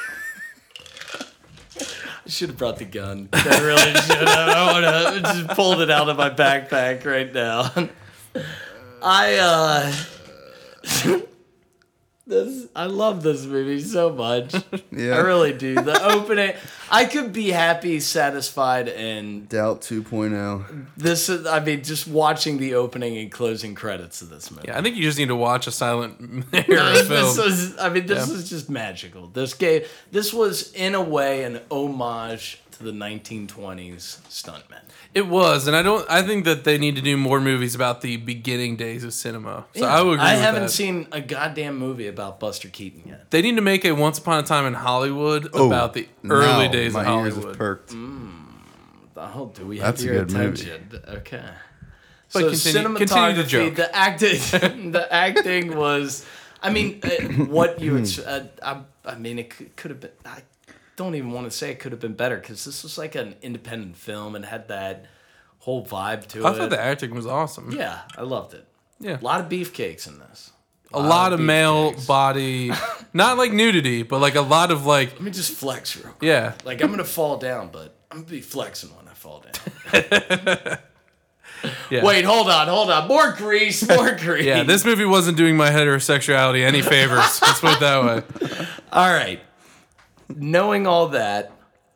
Speaker 2: should have brought the gun. (laughs) I really should have. I would have just pulled it out of my backpack right now. (laughs) I uh, (laughs) this. I love this movie so much.
Speaker 3: yeah.
Speaker 2: I really do. The opening. I could be happy, satisfied, and
Speaker 3: Doubt oh. 2.0.
Speaker 2: this is. I mean, just watching the opening and closing credits of this movie.
Speaker 1: Yeah, I think you just need to watch a silent (laughs)
Speaker 2: I
Speaker 1: era
Speaker 2: mean, this
Speaker 1: film.
Speaker 2: was, I mean, this
Speaker 1: Yeah.
Speaker 2: was just magical. This gave, this was in a way an homage to the 1920s stuntmen.
Speaker 1: It was, and I don't. I think that they need to do more movies about the beginning days of cinema. So I would agree.
Speaker 2: I
Speaker 1: with
Speaker 2: haven't
Speaker 1: that.
Speaker 2: seen a goddamn movie about Buster Keaton yet.
Speaker 1: They need to make a Once Upon a Time in Hollywood
Speaker 3: Oh,
Speaker 1: about the early
Speaker 3: now
Speaker 1: days
Speaker 3: my
Speaker 1: of
Speaker 3: ears
Speaker 1: Hollywood. Mm-hmm.
Speaker 3: have perked.
Speaker 2: Oh, do we have
Speaker 3: That's a
Speaker 2: your
Speaker 3: good movie.
Speaker 2: attention? Okay.
Speaker 1: But
Speaker 2: so
Speaker 1: continue- continue the
Speaker 2: cinematography,
Speaker 1: joke.
Speaker 2: the acting, (laughs) the acting was. I mean, uh, what you ex- uh, I, I mean, it could, could have been. I don't even want to say it could have been better because this was like an independent film and had that whole vibe to
Speaker 1: I
Speaker 2: it.
Speaker 1: thought the acting was awesome.
Speaker 2: Yeah, I loved it.
Speaker 1: Yeah.
Speaker 2: A lot of beefcakes in this.
Speaker 1: a lot of
Speaker 2: beefcakes.
Speaker 1: male
Speaker 2: (laughs)
Speaker 1: body, not like nudity, but like a lot of like
Speaker 2: Let me just flex real quick.
Speaker 1: yeah.
Speaker 2: Like I'm gonna fall down, but I'm gonna be flexing when I fall down.
Speaker 1: (laughs) Yeah.
Speaker 2: Wait, hold on, hold on. More grease, more
Speaker 1: (laughs)
Speaker 2: grease.
Speaker 1: Yeah, this movie wasn't doing my heterosexuality any
Speaker 2: (laughs)
Speaker 1: favors. Let's put it that way.
Speaker 2: All right. Knowing all that,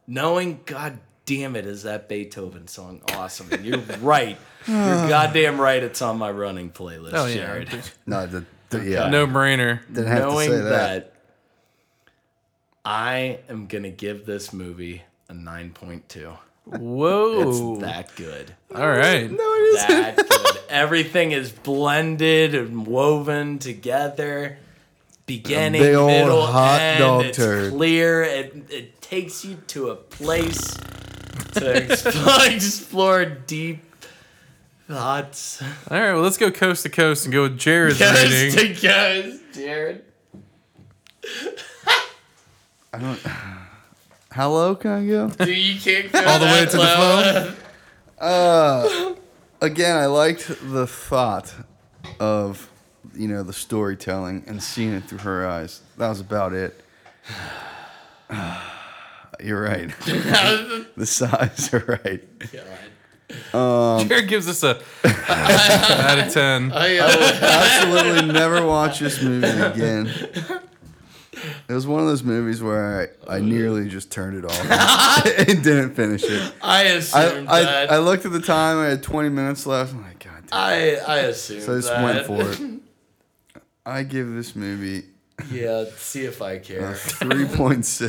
Speaker 2: knowing God damn it, is that Beethoven song awesome? And
Speaker 1: (laughs)
Speaker 2: you're right. You're goddamn right. It's on my running playlist,
Speaker 1: Oh, yeah.
Speaker 2: Jared.
Speaker 3: No, the, the, yeah.
Speaker 1: No brainer.
Speaker 3: Didn't have to
Speaker 2: knowing
Speaker 3: say that.
Speaker 2: that. I am gonna give this movie a nine point two. It's
Speaker 1: Whoa.
Speaker 2: that good.
Speaker 1: All right.
Speaker 3: No, it is.
Speaker 2: That good. Everything is blended and woven together. Beginning,
Speaker 3: Big old
Speaker 2: middle,
Speaker 3: hot
Speaker 2: end.
Speaker 3: dog
Speaker 2: it's
Speaker 3: turd.
Speaker 2: clear. It it takes you to a place to explore, (laughs) explore deep thoughts.
Speaker 1: All right. Well, let's go coast to coast and go with Jared's
Speaker 2: (laughs) Yes,
Speaker 1: rating.
Speaker 2: to guys, Jared.
Speaker 3: (sighs) How low can I go?
Speaker 2: Do you can't go
Speaker 3: Oh,
Speaker 1: All the way
Speaker 2: that
Speaker 1: to the
Speaker 2: low.
Speaker 1: flow.
Speaker 3: Uh, Again, I liked the thought of, you know, the storytelling and seeing it through her eyes. That was about it. (sighs) You're right. the sighs are right.
Speaker 1: (laughs) Jared gives us
Speaker 2: (laughs)
Speaker 1: a out of ten.
Speaker 3: Absolutely never watch this movie again. It was one of those movies where I, I nearly just turned it off and didn't finish it.
Speaker 2: I
Speaker 3: I,
Speaker 2: assumed
Speaker 3: I,
Speaker 2: that.
Speaker 3: I
Speaker 2: I,
Speaker 3: looked at the time. I had 20 minutes left. I'm like, God damn.
Speaker 2: I, assumed
Speaker 3: So I just
Speaker 2: that.
Speaker 3: went for
Speaker 2: (laughs)
Speaker 3: it. I give this movie
Speaker 2: Yeah, see if I care. (laughs)
Speaker 3: a 3.6.
Speaker 2: Three points.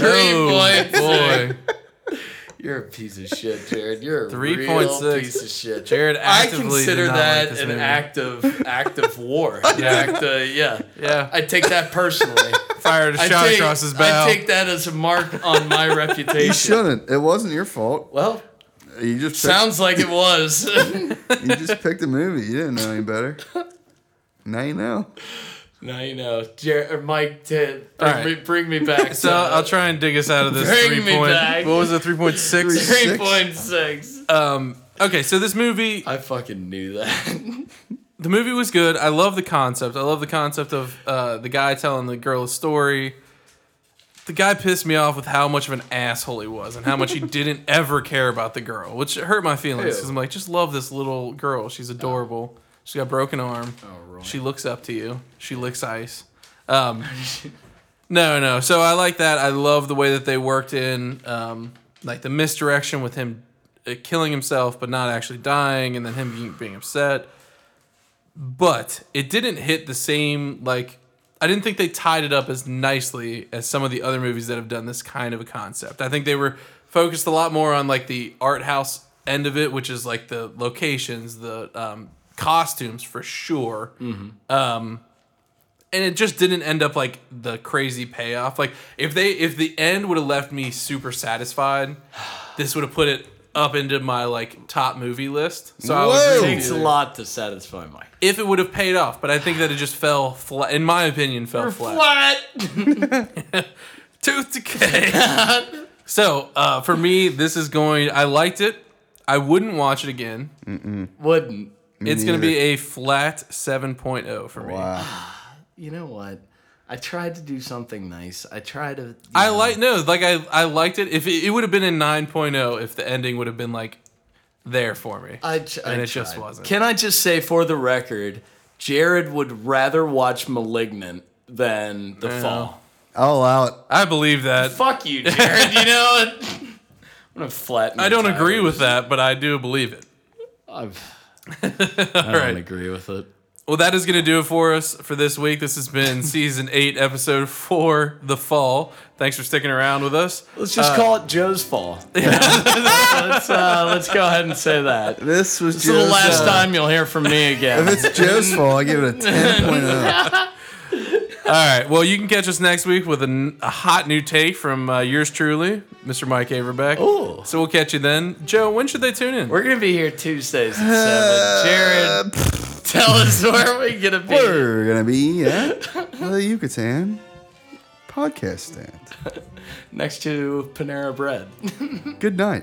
Speaker 1: Oh,
Speaker 2: (laughs)
Speaker 1: boy.
Speaker 2: You're a piece of shit, Jared. You're a
Speaker 1: Three
Speaker 2: real
Speaker 1: point six.
Speaker 2: piece of shit.
Speaker 1: Jared
Speaker 2: I
Speaker 1: actively
Speaker 2: consider
Speaker 1: did not
Speaker 2: that
Speaker 1: like this
Speaker 2: an
Speaker 1: movie. (laughs)
Speaker 2: act of act of war. An act, uh, yeah.
Speaker 1: Yeah. (laughs)
Speaker 2: I take that personally.
Speaker 1: fired a shot
Speaker 2: take,
Speaker 1: across his
Speaker 2: I
Speaker 1: bow.
Speaker 2: take that as a mark on my
Speaker 3: You
Speaker 2: reputation.
Speaker 3: shouldn't. It wasn't your fault.
Speaker 2: Well,
Speaker 3: You just picked,
Speaker 2: sounds like it was. (laughs)
Speaker 3: you just picked a movie. You didn't know any better. Now you know.
Speaker 2: now you know, Jer- or Mike. T- bring,
Speaker 1: right.
Speaker 2: me, bring me back.
Speaker 1: so I'll try and dig us out of this
Speaker 2: Bring
Speaker 1: three
Speaker 2: me
Speaker 1: point.
Speaker 2: back.
Speaker 1: What was it? Three point six.
Speaker 2: three point six.
Speaker 1: Um. Okay, so this movie,
Speaker 2: I fucking knew that.
Speaker 1: the movie was good. I love the concept. I love the concept of uh, the guy telling the girl a story. The guy pissed me off with how much of an asshole he was and how much he didn't ever care about the girl, which hurt my feelings
Speaker 2: Ew.
Speaker 1: because I'm like, just love this little girl. She's adorable. She's got a broken arm. She looks up to you. She licks ice. Um, no, no. So I like that. I love the way that they worked in um, like the misdirection with him uh, killing himself but not actually dying, and then him being, being upset. But it didn't hit the same like. I didn't think they tied it up as nicely as some of the other movies that have done this kind of a concept. I think they were focused a lot more on like the art house end of it, which is like the locations, the um, costumes for sure Um, and it just didn't end up like the crazy payoff. Like if they if the end would have left me super satisfied, (sighs) this would have put it up into my like top movie list. So I
Speaker 3: Whoa.
Speaker 1: was really-
Speaker 2: Takes a lot to satisfy Mike.
Speaker 1: if it would have paid off, but I think that it just fell flat. In my opinion, fell flat. Tooth decay. (laughs) so uh, for me, this is going. I liked it. I wouldn't watch it again.
Speaker 2: Wouldn't.
Speaker 1: it's going to be a flat 7.0 for me.
Speaker 3: Wow.
Speaker 2: You know what? I tried to do something nice. I tried to.
Speaker 1: I like no, like I I liked it. If it, it would have been a 9.0 if the ending would have been like there for me.
Speaker 2: I, ch- I
Speaker 1: And it just
Speaker 2: tried.
Speaker 1: wasn't.
Speaker 2: Can I just say for the record, Jared would rather watch Malignant than The Fall.
Speaker 3: I'll allow it.
Speaker 1: I believe that.
Speaker 2: Fuck you, Jared. you know (laughs) what? I'm gonna flatten.
Speaker 1: I
Speaker 2: your
Speaker 1: don't agree
Speaker 2: tires.
Speaker 1: with that, but I do believe it.
Speaker 2: I've-
Speaker 1: (laughs) All
Speaker 2: I don't
Speaker 1: right.
Speaker 2: agree with it.
Speaker 1: Well, that is going to do it for us for this week. This has been season 8 episode 4, The Fall. Thanks for sticking around with us.
Speaker 2: Let's just call it Joe's (laughs) fall. Uh, let's, uh, let's go ahead and say that. This
Speaker 3: This was
Speaker 2: is
Speaker 3: Joe's,
Speaker 2: the last
Speaker 3: uh,
Speaker 2: time you'll hear from me again.
Speaker 3: If
Speaker 2: (laughs)
Speaker 3: it's Joe's fault, I give it a 10.0.
Speaker 1: All right. Well, you can catch us next week with a, n- a hot new take from uh, yours truly, Mr. Mike Averbeck.
Speaker 2: Ooh.
Speaker 1: So we'll catch you then. Joe, when should they tune in?
Speaker 2: We're gonna be here Tuesdays at seven. Jared, tell us where we gonna be.
Speaker 3: We're going to be at the Yucatan podcast stand.
Speaker 2: Next to Panera Bread.
Speaker 3: Good night.